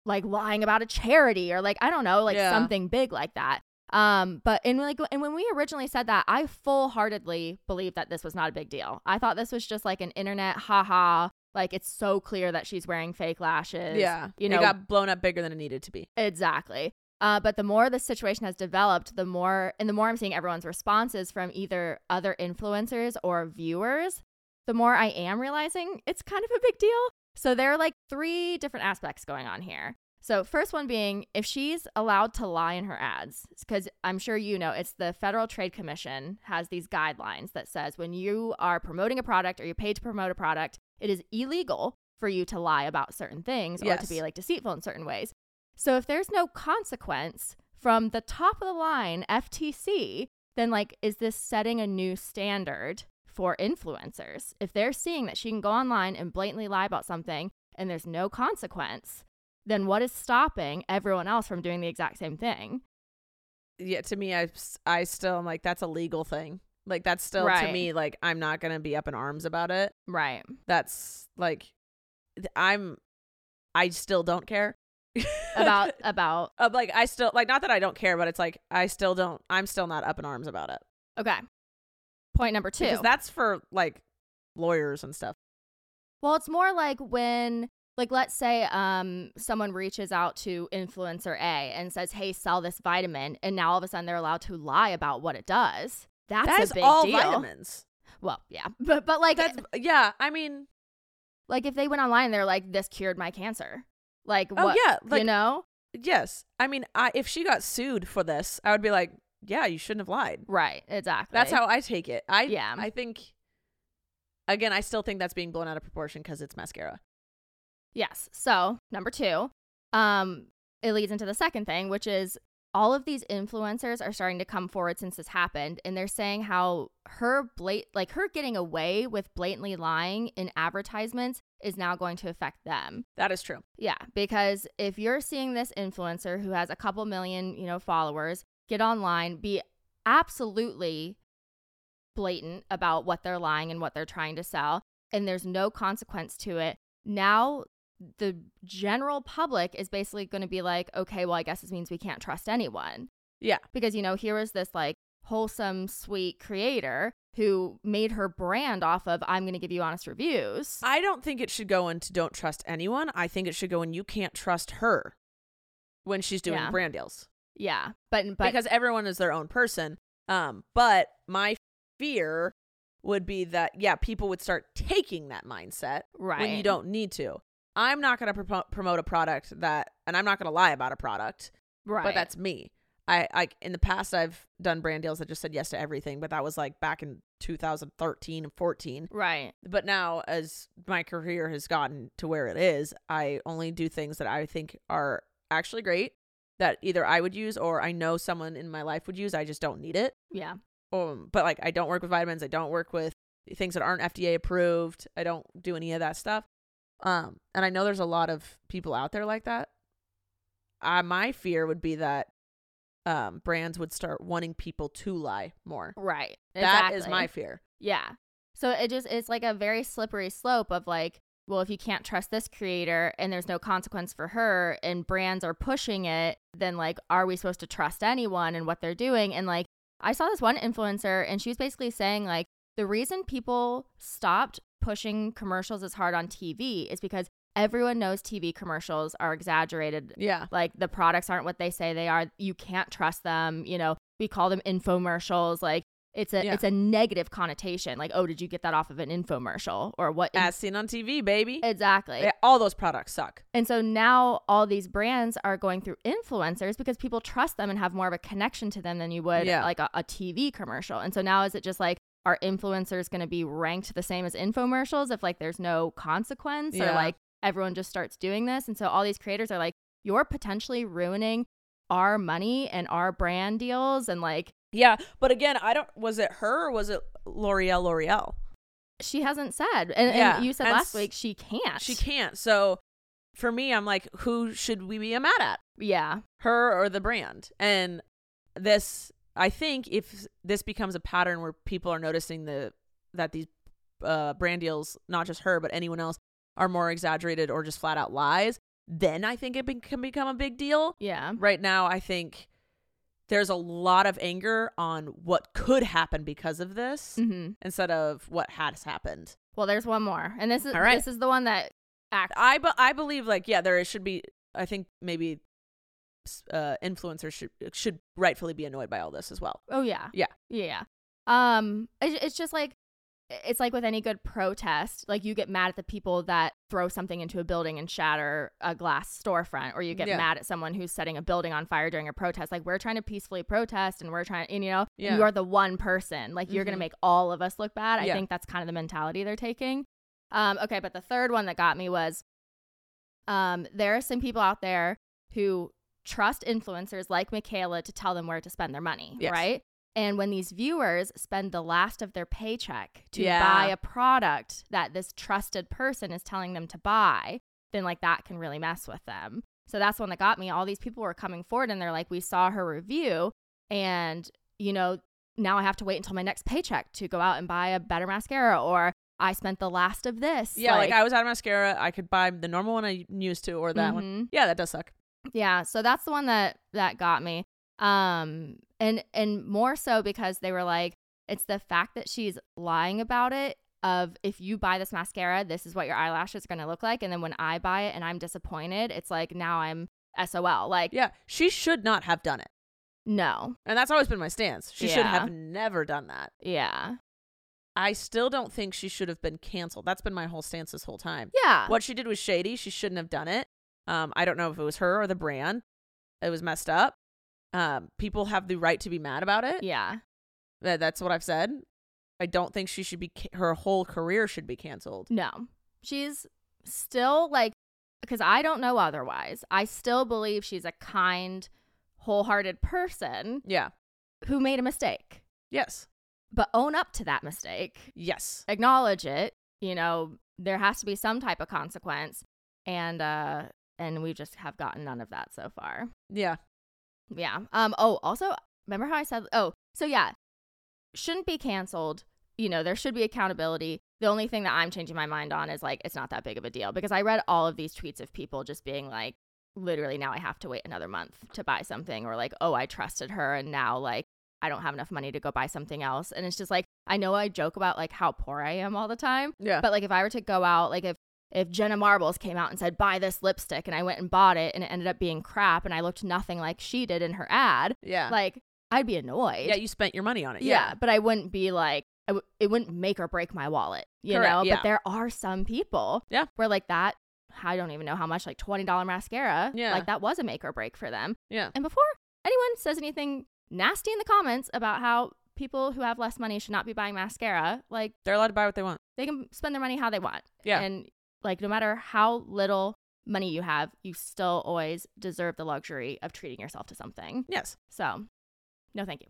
Speaker 1: like lying about a charity or like I don't know, like
Speaker 2: Yeah.
Speaker 1: something big like that. Um, but and like and when we originally said that, I full heartedly believed that this was not a big deal. I thought this was just like an internet haha. Like it's so clear that she's wearing fake lashes.
Speaker 2: yeah
Speaker 1: you know,
Speaker 2: it got blown up bigger than it needed to be
Speaker 1: Exactly. Uh, but the more the situation has developed, the more and the more I'm seeing everyone's responses from either other influencers or viewers, the more I am realizing it's kind of a big deal. So there are like three different aspects going on here. So, first one being if she's allowed to lie in her ads, because I'm sure you know it's the Federal Trade Commission has these guidelines that says when you are promoting a product or you're paid to promote a product, it is illegal for you to lie about certain things or
Speaker 2: Yes.
Speaker 1: to be like deceitful in certain ways. So, if there's no consequence from the top of the line FTC, then like, is this setting a new standard for influencers? If they're seeing that she can go online and blatantly lie about something and there's no consequence, then what is stopping everyone else from doing the exact same thing?
Speaker 2: yeah to me i i still am like that's a legal thing like that's still to
Speaker 1: Right.
Speaker 2: me like i'm not gonna be up in arms about it
Speaker 1: Right.
Speaker 2: that's like th- i'm i still don't care [LAUGHS]
Speaker 1: About about
Speaker 2: of like i still like not that i don't care but it's like i still don't i'm still not up in arms about it
Speaker 1: okay. Point number 2.
Speaker 2: because that's for like lawyers and stuff
Speaker 1: Well, it's more like when, like, let's say um, someone reaches out to influencer A and says, "Hey, sell this vitamin," and now all of a sudden they're allowed to lie about what it does. That's
Speaker 2: That
Speaker 1: a
Speaker 2: is
Speaker 1: big
Speaker 2: all
Speaker 1: deal.
Speaker 2: vitamins
Speaker 1: Well, yeah, but but like eh,
Speaker 2: that's yeah i mean
Speaker 1: like if they went online, and they're like, "This cured my cancer." Like,
Speaker 2: Oh,
Speaker 1: what,
Speaker 2: yeah, like-
Speaker 1: you know,
Speaker 2: yes i mean i if she got sued for this i would be like yeah you shouldn't have lied
Speaker 1: right? Exactly.
Speaker 2: That's how I take it. I
Speaker 1: Yeah.
Speaker 2: I think again, I still think that's being blown out of proportion because it's mascara.
Speaker 1: Yes. So, number two, um, it leads into the second thing, which is all of these influencers are starting to come forward since this happened, and they're saying how her blat- like her getting away with blatantly lying in advertisements is now going to affect them.
Speaker 2: That is true.
Speaker 1: Yeah, because if you're seeing this influencer who has a couple million, you know, followers get online, be absolutely blatant about what they're lying and what they're trying to sell, and there's no consequence to it, now the general public is basically going to be like, okay, well, I guess this means we can't trust anyone
Speaker 2: Yeah.
Speaker 1: because you know here was this like wholesome sweet creator who made her brand off of i'm going to give you honest reviews
Speaker 2: I don't think it should go into don't trust anyone. I think it should go in you can't trust her when she's doing
Speaker 1: Yeah.
Speaker 2: brand deals.
Speaker 1: yeah but but
Speaker 2: because everyone is their own person. Um, but my fear would be that yeah, people would start taking that mindset when you
Speaker 1: Right.
Speaker 2: don't need to. I'm not going to propo promote a product that, and I'm not going to lie about a product
Speaker 1: right
Speaker 2: but that's me. I like in the past I've done brand deals that just said yes to everything, but that was like back in 2013 and 14.
Speaker 1: right
Speaker 2: But now as my career has gotten to where it is, I only do things that I think are actually great that either I would use or I know someone in my life would use. I just don't need it.
Speaker 1: yeah
Speaker 2: Um, but like I don't work with vitamins, I don't work with things that aren't FDA approved. I don't do any of that stuff. Um, and I know there's a lot of people out there like that. Uh, my fear would be that um, brands would start wanting people to lie more.
Speaker 1: Right.
Speaker 2: That is
Speaker 1: exactly.
Speaker 2: my fear.
Speaker 1: Yeah. So it just it's like a very slippery slope of like, well, if you can't trust this creator and there's no consequence for her and brands are pushing it, then like are we supposed to trust anyone and what they're doing? And like I saw this one influencer and she was basically saying like the reason people stopped pushing commercials as hard on TV is because everyone knows TV commercials are exaggerated
Speaker 2: Yeah.
Speaker 1: like the products aren't what they say they are you can't trust them you know we call them infomercials like it's a
Speaker 2: Yeah.
Speaker 1: it's a negative connotation like oh did you get that off of an infomercial or what
Speaker 2: As seen on TV, baby.
Speaker 1: exactly
Speaker 2: Yeah, all those products suck.
Speaker 1: and so now all these brands are going through influencers because people trust them and have more of a connection to them than you would
Speaker 2: Yeah.
Speaker 1: like a, a TV commercial. And so now is it just like are influencers going to be ranked the same as infomercials if like there's no consequence
Speaker 2: Yeah.
Speaker 1: or like everyone just starts doing this? And so all these creators are like you're potentially ruining our money and our brand deals and like
Speaker 2: Yeah. But again, I don't was it her or was it L'Oreal L'Oreal?
Speaker 1: she hasn't said and,
Speaker 2: Yeah.
Speaker 1: and you said
Speaker 2: And s-
Speaker 1: last week she can't
Speaker 2: She can't. So for me, I'm like, who should we be mad at?
Speaker 1: yeah
Speaker 2: her or the brand. And this, I think, if this becomes a pattern where people are noticing the that these uh, brand deals, not just her but anyone else, are more exaggerated or just flat out lies, then I think it be- can become a big deal.
Speaker 1: yeah
Speaker 2: Right now, I think there's a lot of anger on what could happen because of this
Speaker 1: hmm
Speaker 2: instead of what has happened.
Speaker 1: well there's one more and this is
Speaker 2: All right.
Speaker 1: this is the one that act
Speaker 2: I be- I believe like yeah, there should be. I think maybe s- uh, influencers should should rightfully be annoyed by all this as well.
Speaker 1: Oh yeah.
Speaker 2: Yeah.
Speaker 1: Yeah. Um it, it's just like it's like with any good protest, like you get mad at the people that throw something into a building and shatter a glass storefront, or you get
Speaker 2: Yeah.
Speaker 1: mad at someone who's setting a building on fire during a protest. Like we're trying to peacefully protest and we're trying, and you know,
Speaker 2: Yeah.
Speaker 1: you are the one person. Like you're going
Speaker 2: Mhm.
Speaker 1: to make all of us look bad. I
Speaker 2: Yeah.
Speaker 1: think that's kind of the mentality they're taking. Um, okay, but the third one that got me was um, there are some people out there who trust influencers like Michaela to tell them where to spend their money,
Speaker 2: Yes.
Speaker 1: right? And when these viewers spend the last of their paycheck to
Speaker 2: Yeah.
Speaker 1: buy a product that this trusted person is telling them to buy, then like that can really mess with them. So that's one that got me. All these people were coming forward and they're like, we saw her review and, you know, now I have to wait until my next paycheck to go out and buy a better mascara or I spent the last of this.
Speaker 2: Yeah, like, I was out of mascara. I could buy the normal one I used to or that one.
Speaker 1: Mhm.
Speaker 2: Yeah, that does suck.
Speaker 1: yeah so that's the one that that got me um and and more so because they were like it's the fact that she's lying about it of if you buy this mascara this is what your eyelashes are going to look like and then when i buy it and i'm disappointed it's like now i'm sol like
Speaker 2: Yeah, she should not have done it.
Speaker 1: no
Speaker 2: And that's always been my stance. She should
Speaker 1: Yeah.
Speaker 2: have never done that.
Speaker 1: yeah
Speaker 2: I still don't think she should have been canceled. That's been my whole stance this whole time.
Speaker 1: yeah
Speaker 2: What she did was shady. She shouldn't have done it. Um, I don't know if it was her or the brand. It was messed up. Um, people have the right to be mad about it.
Speaker 1: yeah
Speaker 2: Th- That's what I've said. I don't think she should be. ca- her whole career should be canceled.
Speaker 1: No. She's still like, because I don't know otherwise. I still believe she's a kind, wholehearted person
Speaker 2: Yeah.
Speaker 1: who made a mistake,
Speaker 2: Yes.
Speaker 1: but own up to that mistake,
Speaker 2: Yes.
Speaker 1: acknowledge it. You know, there has to be some type of consequence. And, uh, and we just have gotten none of that so far.
Speaker 2: Yeah.
Speaker 1: Yeah. Um. Oh, also, remember how I said? Oh, so yeah, shouldn't be canceled. You know, there should be accountability. The only thing that I'm changing my mind on is like it's not that big of a deal because I read all of these tweets of people just being like, literally now I have to wait another month to buy something, or like, oh, I trusted her and now like I don't have enough money to go buy something else. And it's just like I know I joke about like how poor I am all the time,
Speaker 2: Yeah.
Speaker 1: but like if I were to go out, like if if Jenna Marbles came out and said buy this lipstick and I went and bought it and it ended up being crap and I looked nothing like she did in her ad,
Speaker 2: yeah.
Speaker 1: like I'd be annoyed.
Speaker 2: yeah. You spent your money on it.
Speaker 1: Yeah, but I wouldn't be like I w- it wouldn't make or break my wallet, you
Speaker 2: Correct,
Speaker 1: know.
Speaker 2: yeah.
Speaker 1: But there are some people,
Speaker 2: Yeah.
Speaker 1: where like that. I don't even know how much, like twenty dollar mascara,
Speaker 2: Yeah.
Speaker 1: like that was a make or break for them.
Speaker 2: Yeah.
Speaker 1: And before anyone says anything nasty in the comments about how people who have less money should not be buying mascara, like
Speaker 2: They're allowed to buy what they want.
Speaker 1: they can spend their money how they want.
Speaker 2: Yeah.
Speaker 1: And like no matter how little money you have, you still always deserve the luxury of treating yourself to something.
Speaker 2: Yes.
Speaker 1: So no thank you.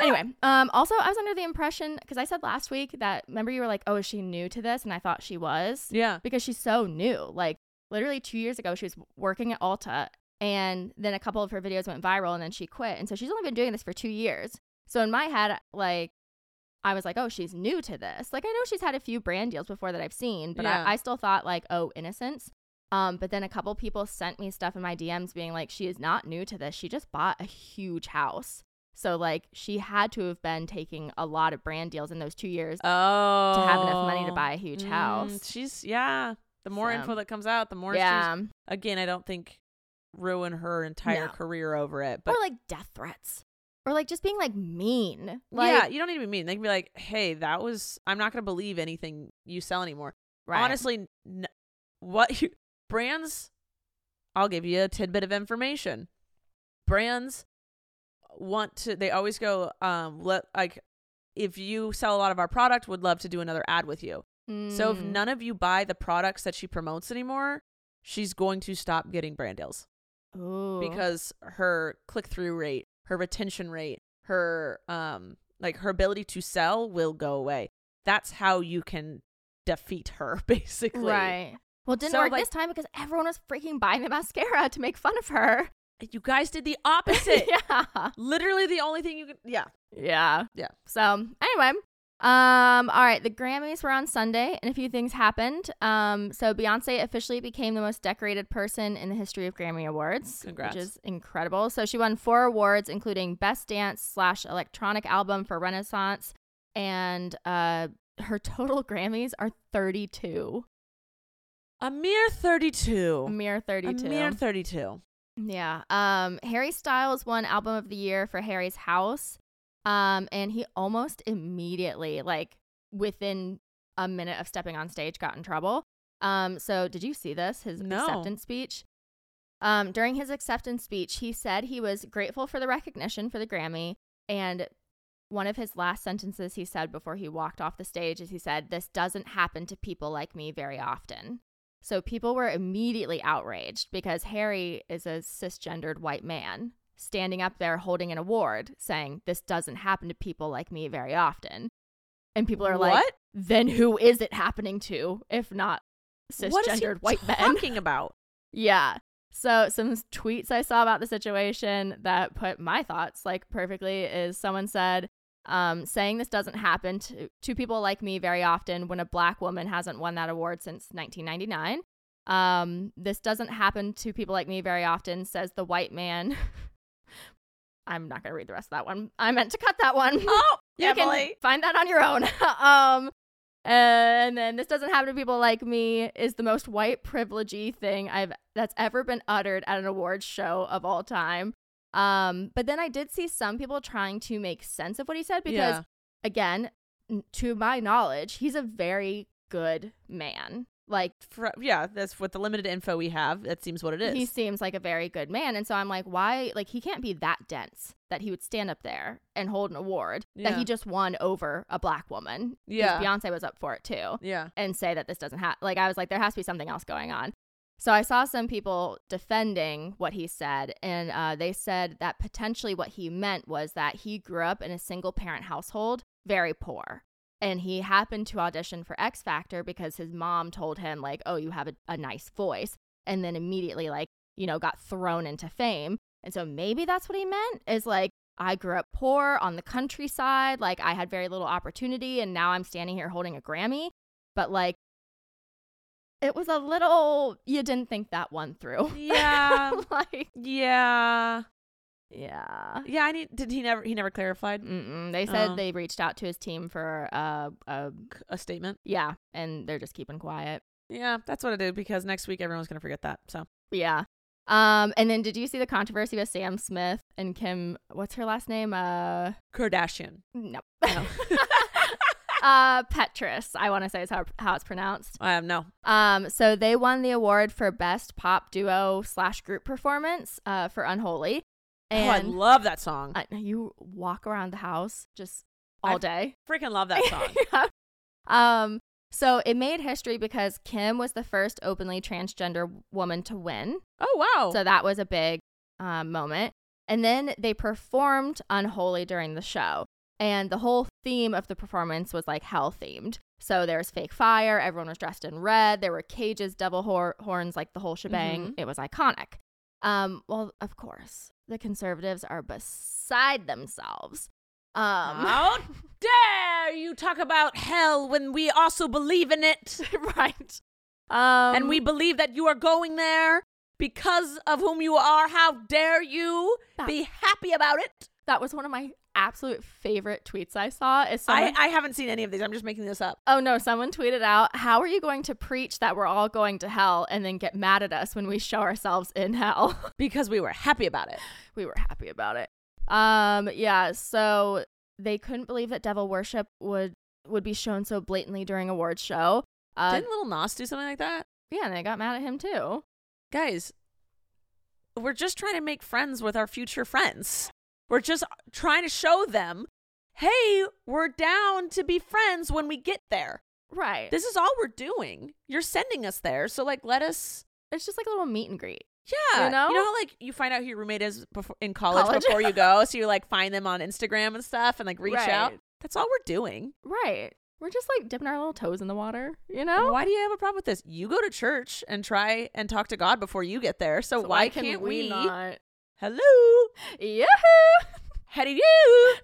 Speaker 1: Anyway, um also I was under the impression because I said last week that remember you were like, Oh, is she new to this? And I thought she was.
Speaker 2: Yeah.
Speaker 1: Because she's so new. Like literally two years ago she was working at Ulta and then a couple of her videos went viral and then she quit. And so she's only been doing this for two years. So in my head, like I was like, oh, she's new to this. Like, I know she's had a few brand deals before that I've seen, but
Speaker 2: Yeah.
Speaker 1: I, I still thought, like, oh, innocence. Um, but then a couple people sent me stuff in my DMs being like, she is not new to this. She just bought a huge house. So, like, she had to have been taking a lot of brand deals in those two years.
Speaker 2: Oh. Mm,
Speaker 1: have enough money to buy a huge house.
Speaker 2: She's yeah. The more
Speaker 1: So-
Speaker 2: info that comes out, the more she's
Speaker 1: yeah.
Speaker 2: again, I don't think ruin her entire
Speaker 1: No.
Speaker 2: career over it. But
Speaker 1: or, like, death threats. Or, like, just being, like, mean.
Speaker 2: yeah,
Speaker 1: Like,
Speaker 2: you don't need to be mean. They can be like, "Hey, that was I'm not going to believe anything you sell anymore."
Speaker 1: right.
Speaker 2: Honestly, n- what you brands I'll give you a tidbit of information. Brands want to they always go um let like if you sell a lot of our product, would love to do another ad with you. So if
Speaker 1: Mm.
Speaker 2: none of you buy the products that she promotes anymore, she's going to stop getting brand deals
Speaker 1: Ooh.
Speaker 2: because her click through rate, her retention rate, her um like her ability to sell will go away. That's how you can defeat her [LAUGHS] basically.
Speaker 1: Right. Well, it didn't
Speaker 2: So,
Speaker 1: work
Speaker 2: like-
Speaker 1: this time because everyone was freaking buying the mascara to make fun of her.
Speaker 2: You guys
Speaker 1: [LAUGHS]
Speaker 2: did the opposite.
Speaker 1: yeah.
Speaker 2: Literally the only thing you could yeah.
Speaker 1: Yeah.
Speaker 2: Yeah.
Speaker 1: So anyway, um, all right, the Grammys were on Sunday and a few things happened. Um, so Beyonce officially became the most decorated person in the history of Grammy Awards.
Speaker 2: Congrats.
Speaker 1: Which is incredible. So she won four awards, including Best Dance slash electronic album for Renaissance, and uh her total Grammys are 32.
Speaker 2: A mere 32.
Speaker 1: A mere 32.
Speaker 2: A mere 32.
Speaker 1: Yeah. Um, Harry Styles won Album of the Year for Harry's House. Um, and he almost immediately like within a minute of stepping on stage got in trouble. Um, so did you see this? His
Speaker 2: No.
Speaker 1: acceptance speech. Um, during his acceptance speech, he said he was grateful for the recognition for the Grammy. And one of his last sentences he said before he walked off the stage is he said, This doesn't happen to people like me very often. So people were immediately outraged because Harry is a cisgendered white man standing up there holding an award saying, This doesn't happen to people like me very often. And people are like,
Speaker 2: What?
Speaker 1: Then who is it happening to if not cisgendered
Speaker 2: What is he
Speaker 1: white men?
Speaker 2: talking
Speaker 1: [LAUGHS]
Speaker 2: about?
Speaker 1: Yeah. So some s- tweets I saw about the situation that put my thoughts like perfectly is someone said um, saying this doesn't happen to, to people like me very often when a black woman hasn't won that award since 1999. Um, this doesn't happen to people like me very often, says the white man. [LAUGHS] I'm not going to read the rest of that one. I meant to cut that one.
Speaker 2: Oh,
Speaker 1: you can
Speaker 2: Emily.
Speaker 1: find that on your own. [LAUGHS] um, and then this doesn't happen to people like me is the most white privilegey thing I've that's ever been uttered at an awards show of all time. Um, but then I did see some people trying to make sense of what he said because,
Speaker 2: Yeah.
Speaker 1: again, n- to my knowledge, he's a very good man. Like
Speaker 2: Fr- yeah, that's with the limited info we have. That seems what it is.
Speaker 1: he seems like a very good man, and so I'm like, why? Like he can't be that dense that he would stand up there and hold an award that
Speaker 2: Yeah.
Speaker 1: he just won over a black woman. 'Cause
Speaker 2: Yeah.
Speaker 1: Beyonce was up for it too
Speaker 2: yeah.
Speaker 1: [LAUGHS] and say that this doesn't have like I was like there has to be something else going on. So I saw some people defending what he said, and uh, they said that potentially what he meant was that he grew up in a single parent household, very poor, and he happened to audition for X Factor because his mom told him like, "Oh, you have a, a nice voice," and then immediately like you know got thrown into fame. And so maybe that's what he meant is like I grew up poor on the countryside, like I had very little opportunity, and now I'm standing here holding a Grammy but like it was a little you didn't think that one through
Speaker 2: Yeah.
Speaker 1: [LAUGHS] like
Speaker 2: yeah.
Speaker 1: yeah
Speaker 2: Yeah, I need did he never he never clarified
Speaker 1: Mm-mm. they said
Speaker 2: Oh.
Speaker 1: they reached out to his team for uh, uh
Speaker 2: a statement.
Speaker 1: yeah and they're just keeping quiet
Speaker 2: Yeah, that's what I did because next week everyone's gonna forget that. So
Speaker 1: yeah um and then did you see the controversy with sam smith and kim what's her last name uh
Speaker 2: Kardashian.
Speaker 1: no,
Speaker 2: No.
Speaker 1: [LAUGHS] uh petrus i want to say is how, how it's pronounced
Speaker 2: Um, no.
Speaker 1: Um, so they won the award for best pop duo slash group performance uh, for Unholy,
Speaker 2: oh, I
Speaker 1: and
Speaker 2: love that song.
Speaker 1: I- you walk around the house just all
Speaker 2: I-
Speaker 1: day.
Speaker 2: freaking love that
Speaker 1: [LAUGHS]
Speaker 2: song.
Speaker 1: Yeah. Um, so it made history because Kim was the first openly transgender woman to win.
Speaker 2: oh wow.
Speaker 1: So that was a big uh, moment. And then they performed Unholy during the show. And the whole theme of the performance was like hell themed. So there was fake fire. Everyone was dressed in red. There were cages, devil hor- horns, like the whole shebang.
Speaker 2: Mm-hmm.
Speaker 1: It was iconic. Um, well, of course, the conservatives are beside themselves. Um,
Speaker 2: How dare you talk about hell when we also believe in it
Speaker 1: [LAUGHS] right. Um,
Speaker 2: and we believe that you are going there because of whom you are? How dare you
Speaker 1: That-
Speaker 2: be happy about it?
Speaker 1: that was one of my absolute favorite tweets I saw. Is
Speaker 2: I,
Speaker 1: someone-
Speaker 2: I haven't seen any of these. I'm just making this up.
Speaker 1: Oh no, someone tweeted out, How are you going to preach that we're all going to hell and then get mad at us when we show ourselves in hell? [LAUGHS]
Speaker 2: because we were happy about it.
Speaker 1: we were happy about it. Um, yeah, so they couldn't believe that devil worship would would be shown so blatantly during a award show. Uh,
Speaker 2: Didn't Little Nas do something like that?
Speaker 1: yeah, and they got mad at him too.
Speaker 2: Guys, we're just trying to make friends with our future friends. We're just trying to show them, hey, we're down to be friends when we get there.
Speaker 1: Right.
Speaker 2: This is all we're doing. You're sending us there. So, like, let us.
Speaker 1: it's just like a little meet and greet.
Speaker 2: Yeah.
Speaker 1: You know?
Speaker 2: you know how, like, you find out who your roommate is before, in college,
Speaker 1: College.
Speaker 2: before
Speaker 1: [LAUGHS]
Speaker 2: you go? So you, like, find them on Instagram and stuff and, like, reach out.
Speaker 1: Right.
Speaker 2: That's all we're doing.
Speaker 1: Right. We're just like dipping our little toes in the water, you know?
Speaker 2: Why do you have a problem with this? You go to church and try and talk to God before you get there. So,
Speaker 1: So
Speaker 2: why, can't we?
Speaker 1: not? [LAUGHS]
Speaker 2: Hello.
Speaker 1: Yahoo!
Speaker 2: How do you?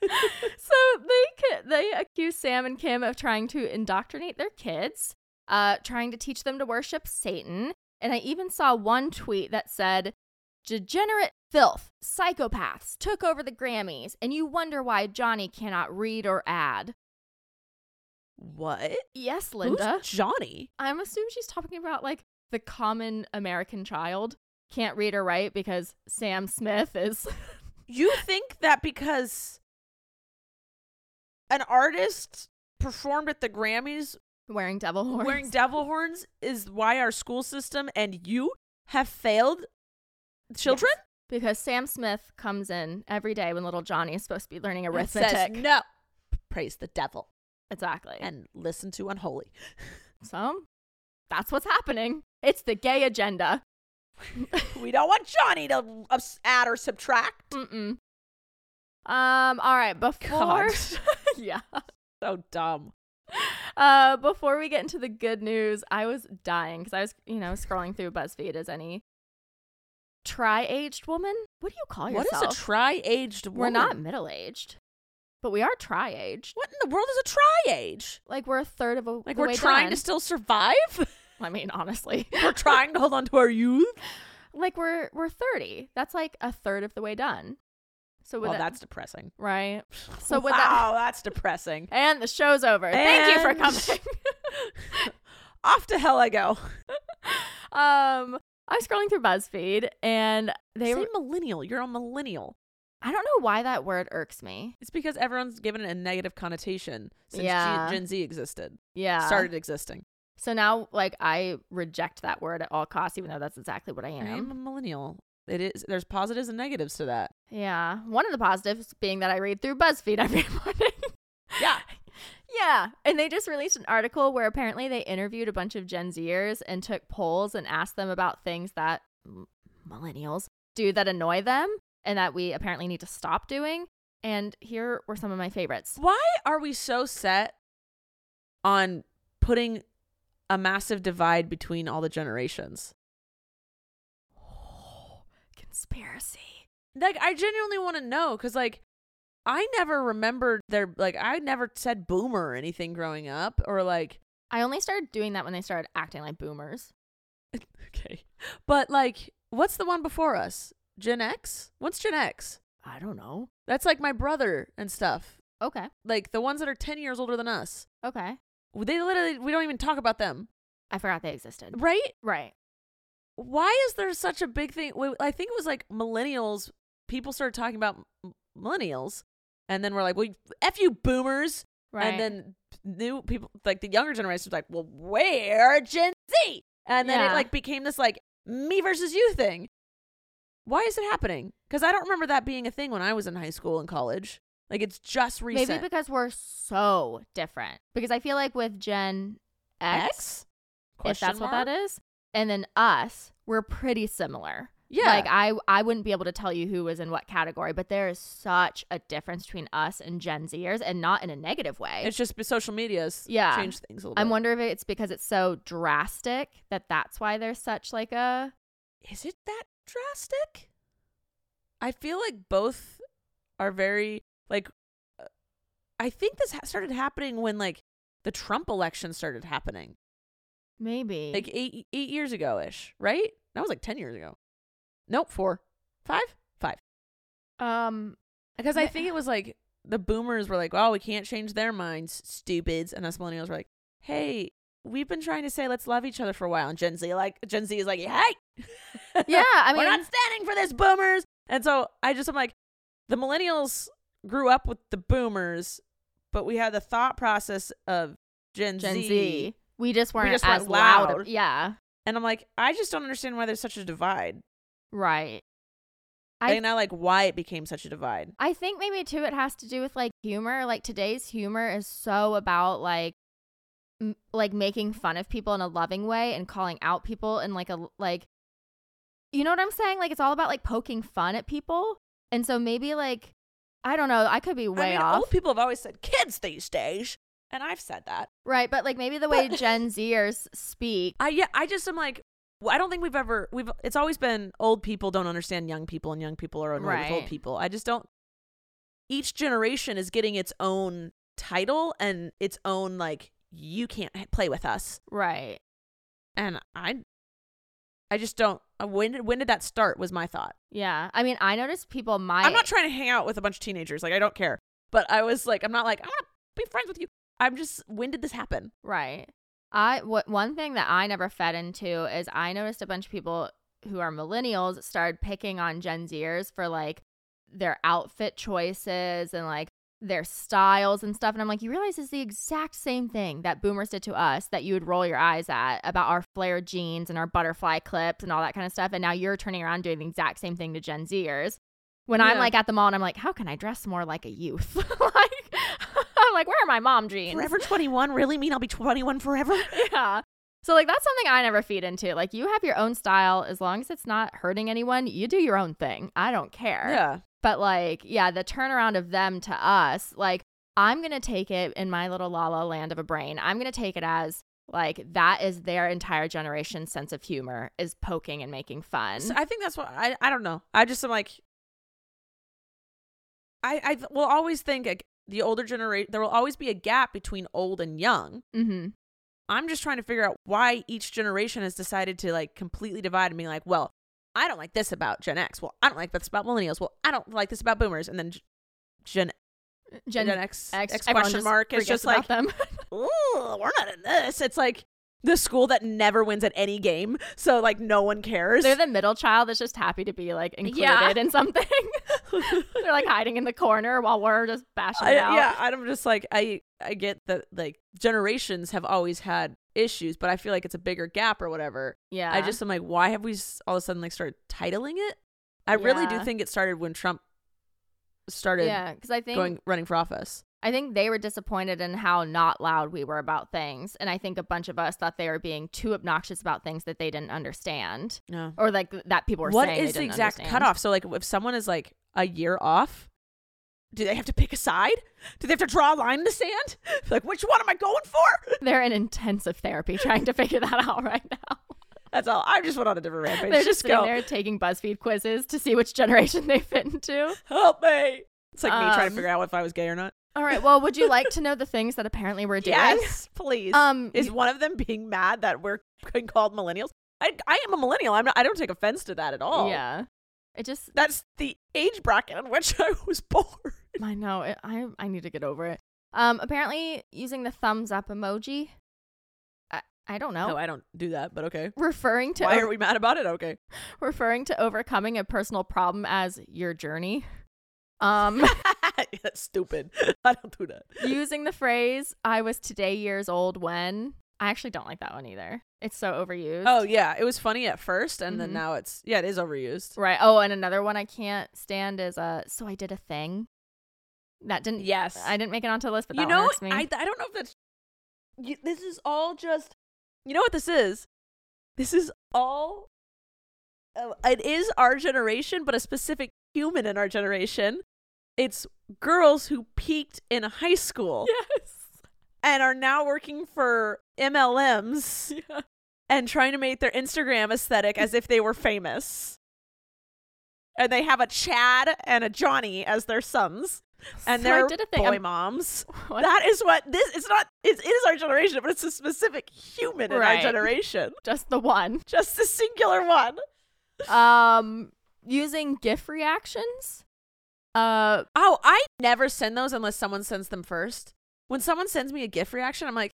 Speaker 1: [LAUGHS] so they ki- they accuse Sam and Kim of trying to indoctrinate their kids, uh, trying to teach them to worship Satan. And I even saw one tweet that said, "Degenerate filth, psychopaths took over the Grammys, and you wonder why Johnny cannot read or add."
Speaker 2: What?
Speaker 1: Yes, Linda.
Speaker 2: Who's Johnny?
Speaker 1: I'm assuming she's talking about like the common American child can't read or write because Sam Smith is [LAUGHS]
Speaker 2: You think that because an artist performed at the Grammys
Speaker 1: Wearing devil horns.
Speaker 2: wearing devil horns is why our school system and you have failed children?
Speaker 1: because Sam Smith comes in every day when little Johnny is supposed to be learning
Speaker 2: And
Speaker 1: arithmetic.
Speaker 2: says no. Praise the devil
Speaker 1: Exactly. And
Speaker 2: and listen to unholy.
Speaker 1: so that's what's happening. It's the gay
Speaker 2: [LAUGHS]
Speaker 1: agenda.
Speaker 2: we don't want Johnny to ups- add or subtract.
Speaker 1: Mm-mm. Um, all right, before
Speaker 2: God.
Speaker 1: [LAUGHS] Yeah.
Speaker 2: [LAUGHS] So dumb.
Speaker 1: Uh before we get into the good news, I was dying because I was, you know, scrolling through BuzzFeed as any tri-aged woman. What do you call
Speaker 2: What
Speaker 1: yourself?
Speaker 2: is a tri-aged woman?
Speaker 1: We're not middle-aged, but we are tri-aged.
Speaker 2: What in the world is a tri-age?
Speaker 1: Like we're a third of a
Speaker 2: Like
Speaker 1: the
Speaker 2: we're
Speaker 1: way
Speaker 2: trying
Speaker 1: done.
Speaker 2: to still
Speaker 1: [LAUGHS]
Speaker 2: survive. [LAUGHS]
Speaker 1: I mean, honestly,
Speaker 2: we're trying to hold on to our youth.
Speaker 1: like we're we're 30 that's like a third of the way done so with
Speaker 2: Well,
Speaker 1: that-
Speaker 2: that's depreciing. [SIGHS]
Speaker 1: right so with
Speaker 2: wow,
Speaker 1: that
Speaker 2: that's depressing.
Speaker 1: [LAUGHS] and the show's over thank you for
Speaker 2: And- [LAUGHS]
Speaker 1: coming [LAUGHS]
Speaker 2: Off to hell I go.
Speaker 1: um i was scrolling through buzzfeed and [LAUGHS] they
Speaker 2: Say
Speaker 1: were
Speaker 2: millennial. You're a millennial.
Speaker 1: i don't know why that word irks me
Speaker 2: It's because everyone's given it a negative connotation since
Speaker 1: Yeah.
Speaker 2: G- Gen Z existed,
Speaker 1: yeah
Speaker 2: started existing.
Speaker 1: so now like i reject that word at all costs even though that's exactly what i am
Speaker 2: I'm a millennial. It is. There's positives and negatives to that.
Speaker 1: yeah one of the positives being that i read through buzzfeed every [LAUGHS] morning
Speaker 2: Yeah.
Speaker 1: Yeah. And they just released an article where apparently they interviewed a bunch of Gen Zers and took polls and asked them about things that m- millennials do that annoy them and that we apparently need to stop doing. And here were some of my favorites.
Speaker 2: Why are we so set on putting a massive divide between all the generations?
Speaker 1: Conspiracy.
Speaker 2: Like, I genuinely want to know because, like, I never remembered their like I never said boomer or anything growing up or like [LAUGHS]
Speaker 1: I only started doing that when they started acting like boomers.
Speaker 2: okay, but like what's the one before us? Gen X? What's Gen X?
Speaker 1: I don't know.
Speaker 2: That's like my brother and stuff.
Speaker 1: Okay.
Speaker 2: Like the ones that are ten years older than us.
Speaker 1: Okay.
Speaker 2: They literally we don't even talk about them,
Speaker 1: I forgot they existed.
Speaker 2: right?
Speaker 1: Right.
Speaker 2: why is there such a big thing? Wait, I think it was like millennials. People started talking about m- millennials, and then we're like, "Well, f you boomers,"
Speaker 1: Right.
Speaker 2: and then new people, like the younger generation, was like, "Well, where Gen Z?" And then
Speaker 1: Yeah.
Speaker 2: it like became this like me versus you thing. Why is it happening? Because I don't remember that being a thing when I was in high school and college. Like it's just recent.
Speaker 1: maybe because we're so different. Because I feel like with Gen X?
Speaker 2: X?
Speaker 1: if that's what that is. And then us, we're pretty similar.
Speaker 2: Yeah.
Speaker 1: Like I I wouldn't be able to tell you who was in what category, but there is such a difference between us and Gen Zers and not in a negative way.
Speaker 2: It's just social media's
Speaker 1: Yeah.
Speaker 2: changed things a little.
Speaker 1: I'm
Speaker 2: bit.
Speaker 1: wondering if it's because it's so drastic that that's why there's such like a
Speaker 2: is it that drastic? I feel like both are very like. uh, I think this ha- started happening when like the Trump election started happening,
Speaker 1: maybe.
Speaker 2: like eight eight years ago ish, right? That was like ten years ago. Nope, four, five, five.
Speaker 1: um
Speaker 2: Because I
Speaker 1: Ma-
Speaker 2: think it was like the boomers were like, "Oh, we can't change their minds, stupids," and us millennials were like, "Hey." We've been trying to say let's love each other for a while, and Gen Z like Gen Z is like, hey, [LAUGHS]
Speaker 1: Yeah, I mean
Speaker 2: we're not standing for this, boomers. And so I just am like, the millennials grew up with the boomers, but we had the thought process of Gen,
Speaker 1: Gen
Speaker 2: Z.
Speaker 1: Z. We just weren't
Speaker 2: just
Speaker 1: as
Speaker 2: weren't
Speaker 1: loud.
Speaker 2: loud.
Speaker 1: Yeah.
Speaker 2: And I'm like, I just don't understand why there's such a divide.
Speaker 1: Right.
Speaker 2: I
Speaker 1: I-
Speaker 2: and I like why it became such a divide.
Speaker 1: I think maybe too it has to do with like humor. Like today's humor is so about like m- like making fun of people in a loving way and calling out people and like a like you know what I'm saying? Like it's all about like poking fun at people. And so maybe like I don't know, I could be
Speaker 2: I
Speaker 1: way
Speaker 2: mean,
Speaker 1: off.
Speaker 2: old people have always said kids these days, and I've said that.
Speaker 1: right, but like maybe the way
Speaker 2: But-
Speaker 1: Gen Zers speak.
Speaker 2: I yeah, I just am like, well, I don't think we've ever we've. It's always been old people don't understand young people, and young people are annoyed with
Speaker 1: Right.
Speaker 2: old people. I just don't. Each generation is getting its own title and its own like you can't h- play with us,
Speaker 1: Right.
Speaker 2: and I, I just don't. uh, When did when did that start? Was my thought.
Speaker 1: Yeah. I mean, I noticed people my
Speaker 2: I, am not trying to hang out with a bunch of teenagers. Like I don't care, but I was like, I'm not like I want to be friends with you. I'm just. When did this happen?
Speaker 1: Right. I what one thing that I never fed into is I noticed a bunch of people who are millennials started picking on Gen Zers for like their outfit choices and like their styles and stuff. And I'm like, you realize it's the exact same thing that boomers did to us that you would roll your eyes at about our flared jeans and our butterfly clips and all that kind of stuff. And now you're turning around doing the exact same thing to Gen Zers. When I'm
Speaker 2: Yeah.
Speaker 1: like at the mall and I'm like, how can I dress more like a youth? [LAUGHS] like, I'm like, where are my mom jeans?
Speaker 2: Forever 21 really mean I'll be 21 forever?
Speaker 1: [LAUGHS] yeah. So like that's something I never feed into. Like you have your own style as long as it's not hurting anyone, you do your own thing. I don't care.
Speaker 2: Yeah.
Speaker 1: But like, yeah, the turnaround of them to us, like I'm going to take it in my little la la land of a brain. I'm going to take it as like that is their entire generation's sense of humor is poking and making fun.
Speaker 2: So I think that's what I I don't know. I just am like I I th- will always think like, the older generation there will always be a gap between old and young.
Speaker 1: mhm.
Speaker 2: I'm just trying to figure out why each generation has decided to like completely divide and be like, well, I don't like this about Gen X. Well, I don't like this about millennials. Well, I don't like this about boomers. And then G- Gen Gen, X, X,
Speaker 1: everyone
Speaker 2: question
Speaker 1: just
Speaker 2: mark is
Speaker 1: forgets
Speaker 2: just
Speaker 1: about
Speaker 2: like,
Speaker 1: them. [LAUGHS]
Speaker 2: ooh, we're not in this. It's like the school that never wins at any game, so like no one cares.
Speaker 1: They're the [LAUGHS] middle child that's just happy to be like included
Speaker 2: Yeah.
Speaker 1: in something. [LAUGHS] They're like hiding in the corner while we're just
Speaker 2: [LAUGHS]
Speaker 1: bashing
Speaker 2: I,
Speaker 1: it out.
Speaker 2: yeah, I'm just like I I get that like generations have always had issues, but I feel like it's a bigger gap or whatever.
Speaker 1: Yeah.
Speaker 2: I just am like, why have we s- all of a sudden like started titling it? I really do
Speaker 1: Yeah.
Speaker 2: think it started when Trump started
Speaker 1: yeah, because I think
Speaker 2: going running for office.
Speaker 1: I think they were disappointed in how not loud we were about things, and I think a bunch of us thought they were being too obnoxious about things that they didn't understand,
Speaker 2: No.
Speaker 1: or like th- that people were
Speaker 2: What
Speaker 1: saying. they
Speaker 2: is the
Speaker 1: didn't
Speaker 2: exact
Speaker 1: understand.
Speaker 2: cutoff? So like, if someone is like a year off, do they have to pick a side? Do they have to draw a line in the sand? [LAUGHS] Like, which one am I going for?
Speaker 1: [LAUGHS] They're in intensive therapy [LAUGHS] trying to figure that out right
Speaker 2: [LAUGHS]
Speaker 1: now.
Speaker 2: That's all. I just went on a different rampage.
Speaker 1: They're just
Speaker 2: go.
Speaker 1: sitting there taking BuzzFeed quizzes to see which generation they fit into.
Speaker 2: help me. It's like me trying
Speaker 1: Um,
Speaker 2: to figure out if I was gay or not.
Speaker 1: All right. Well, would you like to know the things that apparently we're doing? [LAUGHS]
Speaker 2: Yes, please.
Speaker 1: Um,
Speaker 2: is
Speaker 1: you-
Speaker 2: one of them being mad that we're being called millennials? I, I am a millennial. I'm not, I don't take offense to that at all.
Speaker 1: Yeah. It just
Speaker 2: that's the age bracket in which [LAUGHS] I was born.
Speaker 1: I know. It, I I need to get over it. Um, apparently using the thumbs up emoji. I I don't know.
Speaker 2: No, I don't do that. But okay.
Speaker 1: referring to
Speaker 2: Why
Speaker 1: o-
Speaker 2: are we mad about it? Okay.
Speaker 1: referring to overcoming a personal problem as your journey.
Speaker 2: [LAUGHS]
Speaker 1: Um,
Speaker 2: That's stupid. [LAUGHS] I don't do that.
Speaker 1: using the phrase "I was today years old when." I actually don't like that one either. It's so overused.
Speaker 2: Oh yeah, it was funny at first, and
Speaker 1: Mhm.
Speaker 2: then now it's yeah, it is overused.
Speaker 1: right. Oh, and another one I can't stand is uh. So I did a thing. That didn't.
Speaker 2: Yes.
Speaker 1: I didn't make it onto the list, but
Speaker 2: you
Speaker 1: that
Speaker 2: know,
Speaker 1: one irks me.
Speaker 2: I I don't know if that's. You, this is all just. You know what this is? This is all. Uh, it is our generation, but a specific human in our generation. It's girls who peaked in high school
Speaker 1: [LAUGHS] yes.
Speaker 2: and are now working for MLMs
Speaker 1: Yeah.
Speaker 2: and trying to make their Instagram aesthetic as if they were famous. And they have a Chad and a Johnny as their sons, and
Speaker 1: So I
Speaker 2: they're
Speaker 1: did a thing.
Speaker 2: boy
Speaker 1: I'm-
Speaker 2: moms.
Speaker 1: [LAUGHS] What?
Speaker 2: That is what this. It's not. It's, it is our generation, but it's a specific human in
Speaker 1: Right.
Speaker 2: our generation.
Speaker 1: Just the one.
Speaker 2: Just the singular one.
Speaker 1: Um, using GIF reactions. Uh,
Speaker 2: Oh, I never send those unless someone sends them first. When someone sends me a GIF reaction, I'm like,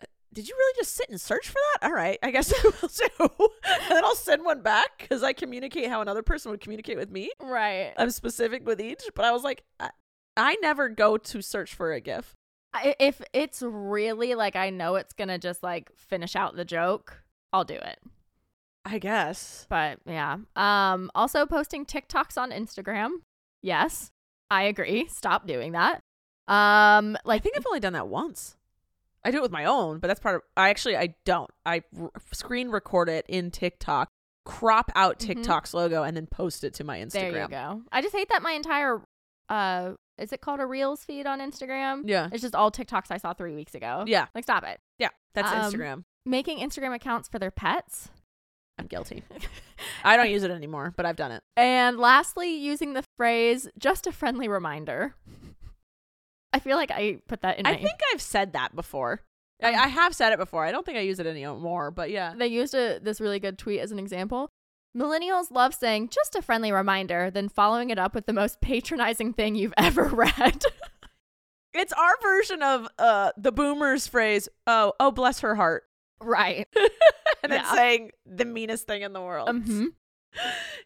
Speaker 2: "Uh, did you really just sit and search for that? All right, I guess [LAUGHS] I will too. and then I'll send one back because I communicate how another person would communicate with me.
Speaker 1: right.
Speaker 2: I'm specific with each, but I was like, I, I never go to search for a GIF.
Speaker 1: I- if it's really like I know it's gonna just like finish out the joke, I'll do it.
Speaker 2: I guess.
Speaker 1: But yeah. Um also posting TikToks on Instagram. Yes. I agree. Stop doing that. Um
Speaker 2: I
Speaker 1: like
Speaker 2: think I've only done that once. I do it with my own, but that's part of. I actually I don't. I r- screen record it in TikTok, crop out
Speaker 1: Mhm.
Speaker 2: TikTok's logo, and then post it to my Instagram.
Speaker 1: there you go. I just hate that my entire uh is it called a Reels feed on Instagram?
Speaker 2: Yeah.
Speaker 1: It's just all TikToks I saw 3 weeks ago.
Speaker 2: Yeah.
Speaker 1: Like stop it.
Speaker 2: Yeah, that's
Speaker 1: Um,
Speaker 2: Instagram.
Speaker 1: Making Instagram accounts for their pets.
Speaker 2: I'm guilty.
Speaker 1: [LAUGHS]
Speaker 2: I don't use it anymore, but I've done it.
Speaker 1: And lastly, using the phrase just a friendly reminder. [LAUGHS] I feel like I put that in
Speaker 2: I
Speaker 1: my
Speaker 2: think I've said that before. I,
Speaker 1: Um,
Speaker 2: I have said it before. I don't think I use it anymore, but yeah.
Speaker 1: [LAUGHS] they used a, this really good tweet as an example. Millennials love saying just a friendly reminder, then following it up with the most [LAUGHS] patronizing thing you've [LAUGHS] ever read.
Speaker 2: It's our version of uh the boomers phrase, oh, oh bless her heart. [LAUGHS]
Speaker 1: right. [LAUGHS]
Speaker 2: And then
Speaker 1: Yeah.
Speaker 2: saying the meanest thing in the world.
Speaker 1: Mhm.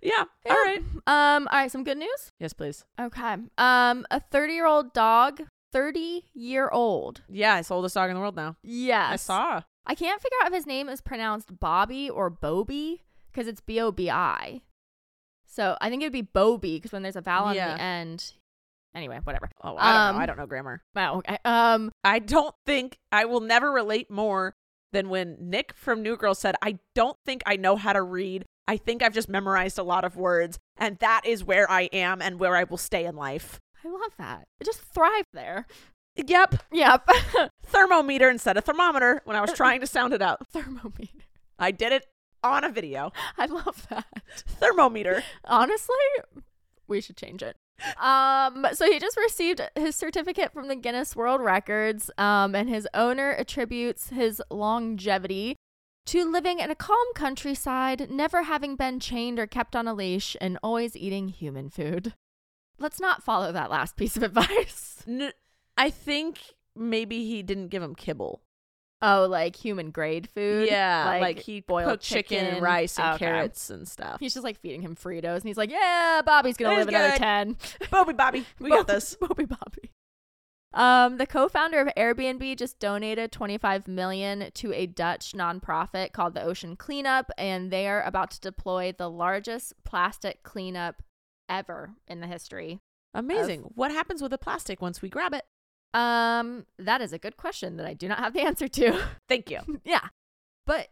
Speaker 2: yeah. Mm-hmm. All right.
Speaker 1: Um, all right, some good news.
Speaker 2: Yes, please.
Speaker 1: Okay. Um, a 30 year old dog, 30 year old.
Speaker 2: Yeah, it's the oldest dog in the world now.
Speaker 1: Yes.
Speaker 2: I saw.
Speaker 1: I can't figure out if his name is pronounced Bobby or Bobby because it's B O B I. So I think it'd be Bobby because when there's a vowel
Speaker 2: Yeah.
Speaker 1: on the end. Anyway, whatever.
Speaker 2: Oh, I don't know. I
Speaker 1: Um,
Speaker 2: don't know grammar.
Speaker 1: Wow. Okay. Um.
Speaker 2: I don't think I will never relate more than when Nick from New Girl said, I don't think I know how to read. I think I've just memorized a lot of words, and that is where I am and where I will stay in life.
Speaker 1: I love that. It just thrived there.
Speaker 2: Yep,
Speaker 1: Yep. [LAUGHS]
Speaker 2: thermometer instead of thermometer when I was trying to sound it out.
Speaker 1: Thermometer.
Speaker 2: I did it on a video.
Speaker 1: I love that.
Speaker 2: Thermometer.
Speaker 1: Honestly, we should change it. Um, so he just received his certificate from the Guinness World Records, um, and his owner attributes his longevity to living in a calm countryside, never having been chained or kept on a leash, and always eating human food. Let's not follow that last piece of [LAUGHS] advice.
Speaker 2: N- I think maybe he didn't give him kibble.
Speaker 1: Oh, like human grade food?
Speaker 2: Yeah, like, he
Speaker 1: boiled
Speaker 2: cooked chicken, and rice and
Speaker 1: Okay.
Speaker 2: carrots and [LAUGHS] stuff.
Speaker 1: He's just like feeding him Fritos, and he's like, "Yeah, Bobby's gonna
Speaker 2: He's
Speaker 1: live another
Speaker 2: gonna-
Speaker 1: ten.
Speaker 2: Bobby, Bobby, we got
Speaker 1: Bobby-
Speaker 2: this.
Speaker 1: [LAUGHS] Bobby Bobby. Um, the co-founder of Airbnb just donated 25 million to a Dutch nonprofit called the Ocean Cleanup, and they are about to deploy the largest plastic cleanup ever in the history.
Speaker 2: Amazing. what happens with the plastic once we grab it?
Speaker 1: Um, that is a good question that I do not have the [LAUGHS] answer to.
Speaker 2: Thank you.
Speaker 1: yeah, but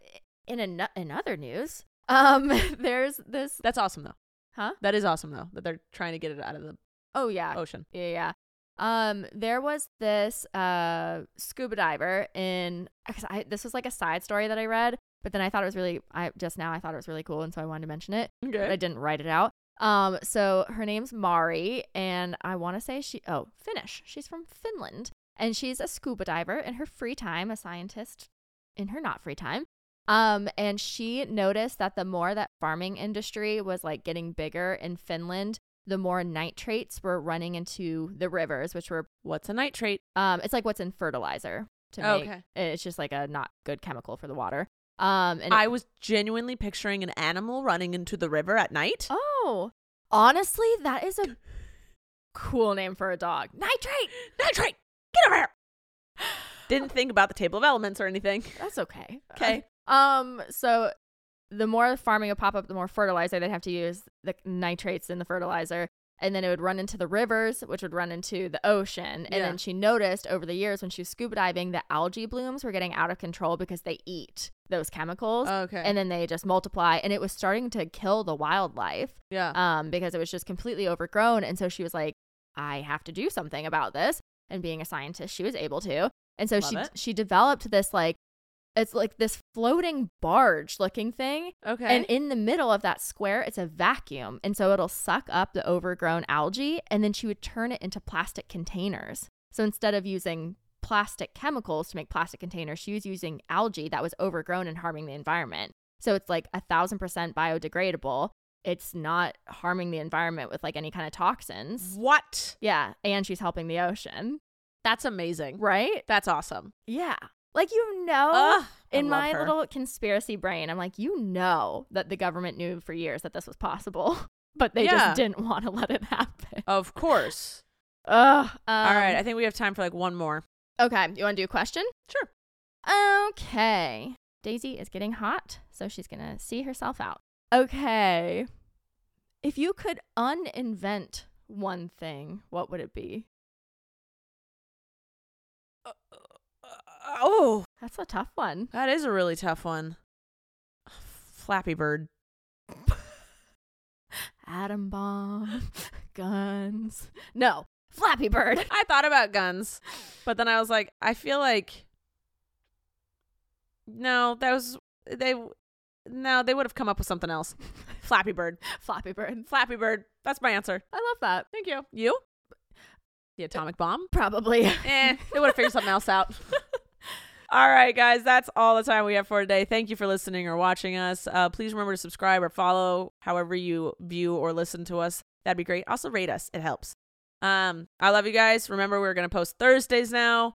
Speaker 1: in an- in other news, um, [LAUGHS] there's this,
Speaker 2: That's awesome though.
Speaker 1: huh?
Speaker 2: That is awesome though that they're trying to get it out of the
Speaker 1: Oh yeah,
Speaker 2: ocean.
Speaker 1: Yeah, yeah. Um, there was this uh scuba diver in. 'cause I, this was like a side story that I read, but then I thought it was really. I just now I thought it was really cool, and so I wanted to mention it, but I
Speaker 2: Okay.
Speaker 1: didn't write it out. Um, so her name's Mari, and I want to say she. Oh, Finnish. She's from Finland, and she's a scuba diver in her free time, a scientist in her not free time. Um, and she noticed that the more that farming industry was like getting bigger in Finland, the more nitrates were running into the rivers, which were
Speaker 2: What's a nitrate?
Speaker 1: um, it's like what's in fertilizer to
Speaker 2: Oh,
Speaker 1: make.
Speaker 2: okay.
Speaker 1: It's just like a not good chemical for the water. Um, and
Speaker 2: I was genuinely picturing an animal running into the river at night.
Speaker 1: oh, honestly, that is a cool name for a dog. Nitrate.
Speaker 2: Nitrate! Get over here! Didn't think about the table of elements or anything.
Speaker 1: That's okay.
Speaker 2: 'Kay.
Speaker 1: Um, so the more farming would pop up, the more fertilizer they'd have to use, the nitrates in the fertilizer. And then it would run into the rivers, which would run into the ocean. And
Speaker 2: Yeah.
Speaker 1: then she noticed over the years when she was scuba diving, the algae blooms were getting out of control because they eat those chemicals.
Speaker 2: [LAUGHS] Okay.
Speaker 1: And then they just multiply. And it was starting to kill the wildlife
Speaker 2: Yeah.
Speaker 1: um, because it was just completely overgrown. And so she was like, I have to do something about this. And being a scientist, she was able to. And so
Speaker 2: Love
Speaker 1: she
Speaker 2: it.
Speaker 1: she developed this like it's like this floating barge looking thing.
Speaker 2: okay.
Speaker 1: And in the middle of that square, it's a vacuum. And so it'll suck up the overgrown algae. And then she would turn it into plastic containers. So instead of using plastic chemicals to make plastic containers, she was using algae that was overgrown and harming the environment. So it's like a thousand percent biodegradable. It's not harming the environment with like any kind of
Speaker 2: Mm.
Speaker 1: toxins.
Speaker 2: what?
Speaker 1: Yeah. And she's helping the ocean.
Speaker 2: That's amazing.
Speaker 1: Right?
Speaker 2: That's awesome.
Speaker 1: Yeah. Like, you know,
Speaker 2: Ugh, I
Speaker 1: in
Speaker 2: love
Speaker 1: my
Speaker 2: her.
Speaker 1: little conspiracy brain, I'm like, you know that the government knew for years that this was possible, [LAUGHS] but they
Speaker 2: Yeah.
Speaker 1: just didn't want to let it happen.
Speaker 2: Of course.
Speaker 1: Ugh. um,
Speaker 2: All right. I think we have time for like one more.
Speaker 1: okay. You want to do a question?
Speaker 2: Sure.
Speaker 1: Okay. Daisy is getting hot, so she's going to see herself out. Okay. If you could uninvent one thing, what would it be?
Speaker 2: oh,
Speaker 1: That's a tough one.
Speaker 2: that is a really tough one. Flappy Bird.
Speaker 1: Atom bomb, [LAUGHS] guns. No, Flappy Bird. [LAUGHS]
Speaker 2: I thought about guns, but then I was like, I feel like no, that was they. No, they would have come up with something else. Flappy Bird.
Speaker 1: Flappy Bird.
Speaker 2: Flappy Bird. That's my answer.
Speaker 1: I love that.
Speaker 2: Thank you. You? The atomic bomb?
Speaker 1: Probably.
Speaker 2: [LAUGHS] eh, they would have figured something else out. [LAUGHS] all right, guys, that's all the time we have for today. Thank you for listening or watching us. Uh, please remember to subscribe or follow, however you view or listen to us. That'd be great. Also, rate us; it helps. Um, I love you guys. Remember, we're gonna post Thursdays now.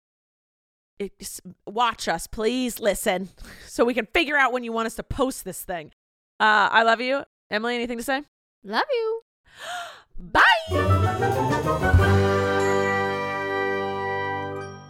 Speaker 2: It, s- watch us, [LAUGHS] please listen, so we can figure out when you want us to post this thing. Uh, I love you. Emily, anything to say?
Speaker 1: [LAUGHS] Love you.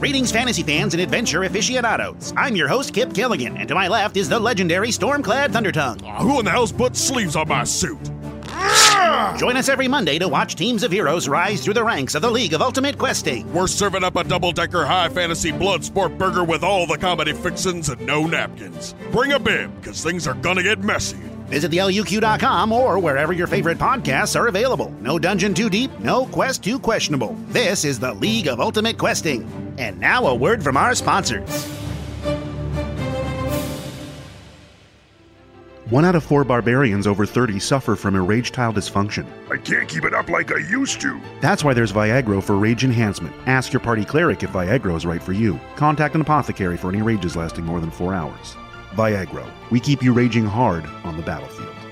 Speaker 5: Greetings, fantasy fans and adventure aficionados. I'm your host, Kip Gilligan, and to my left is the legendary Stormclad Thundertongue.
Speaker 6: Ah, Who in the hell's put sleeves on my suit? Ah!
Speaker 5: Join us every Monday to watch teams of heroes rise through the ranks of the League of Ultimate Questing.
Speaker 6: We're serving up a double decker high fantasy blood sport burger with all the comedy fixins and no napkins. Bring a bib, because things are gonna get messy.
Speaker 5: Visit theluq.com or wherever your favorite podcasts are available. No dungeon too deep, no quest too questionable. This is the League of Ultimate Questing. And now a word from our sponsors.
Speaker 7: One out of four barbarians over 30 suffer from erectile dysfunction.
Speaker 6: I can't keep it up like I used to.
Speaker 7: That's why there's Viagra for rage enhancement. Ask your party cleric if Viagra is right for you. Contact an apothecary for any rages lasting more than four hours. Viagra, we keep you raging hard on the battlefield.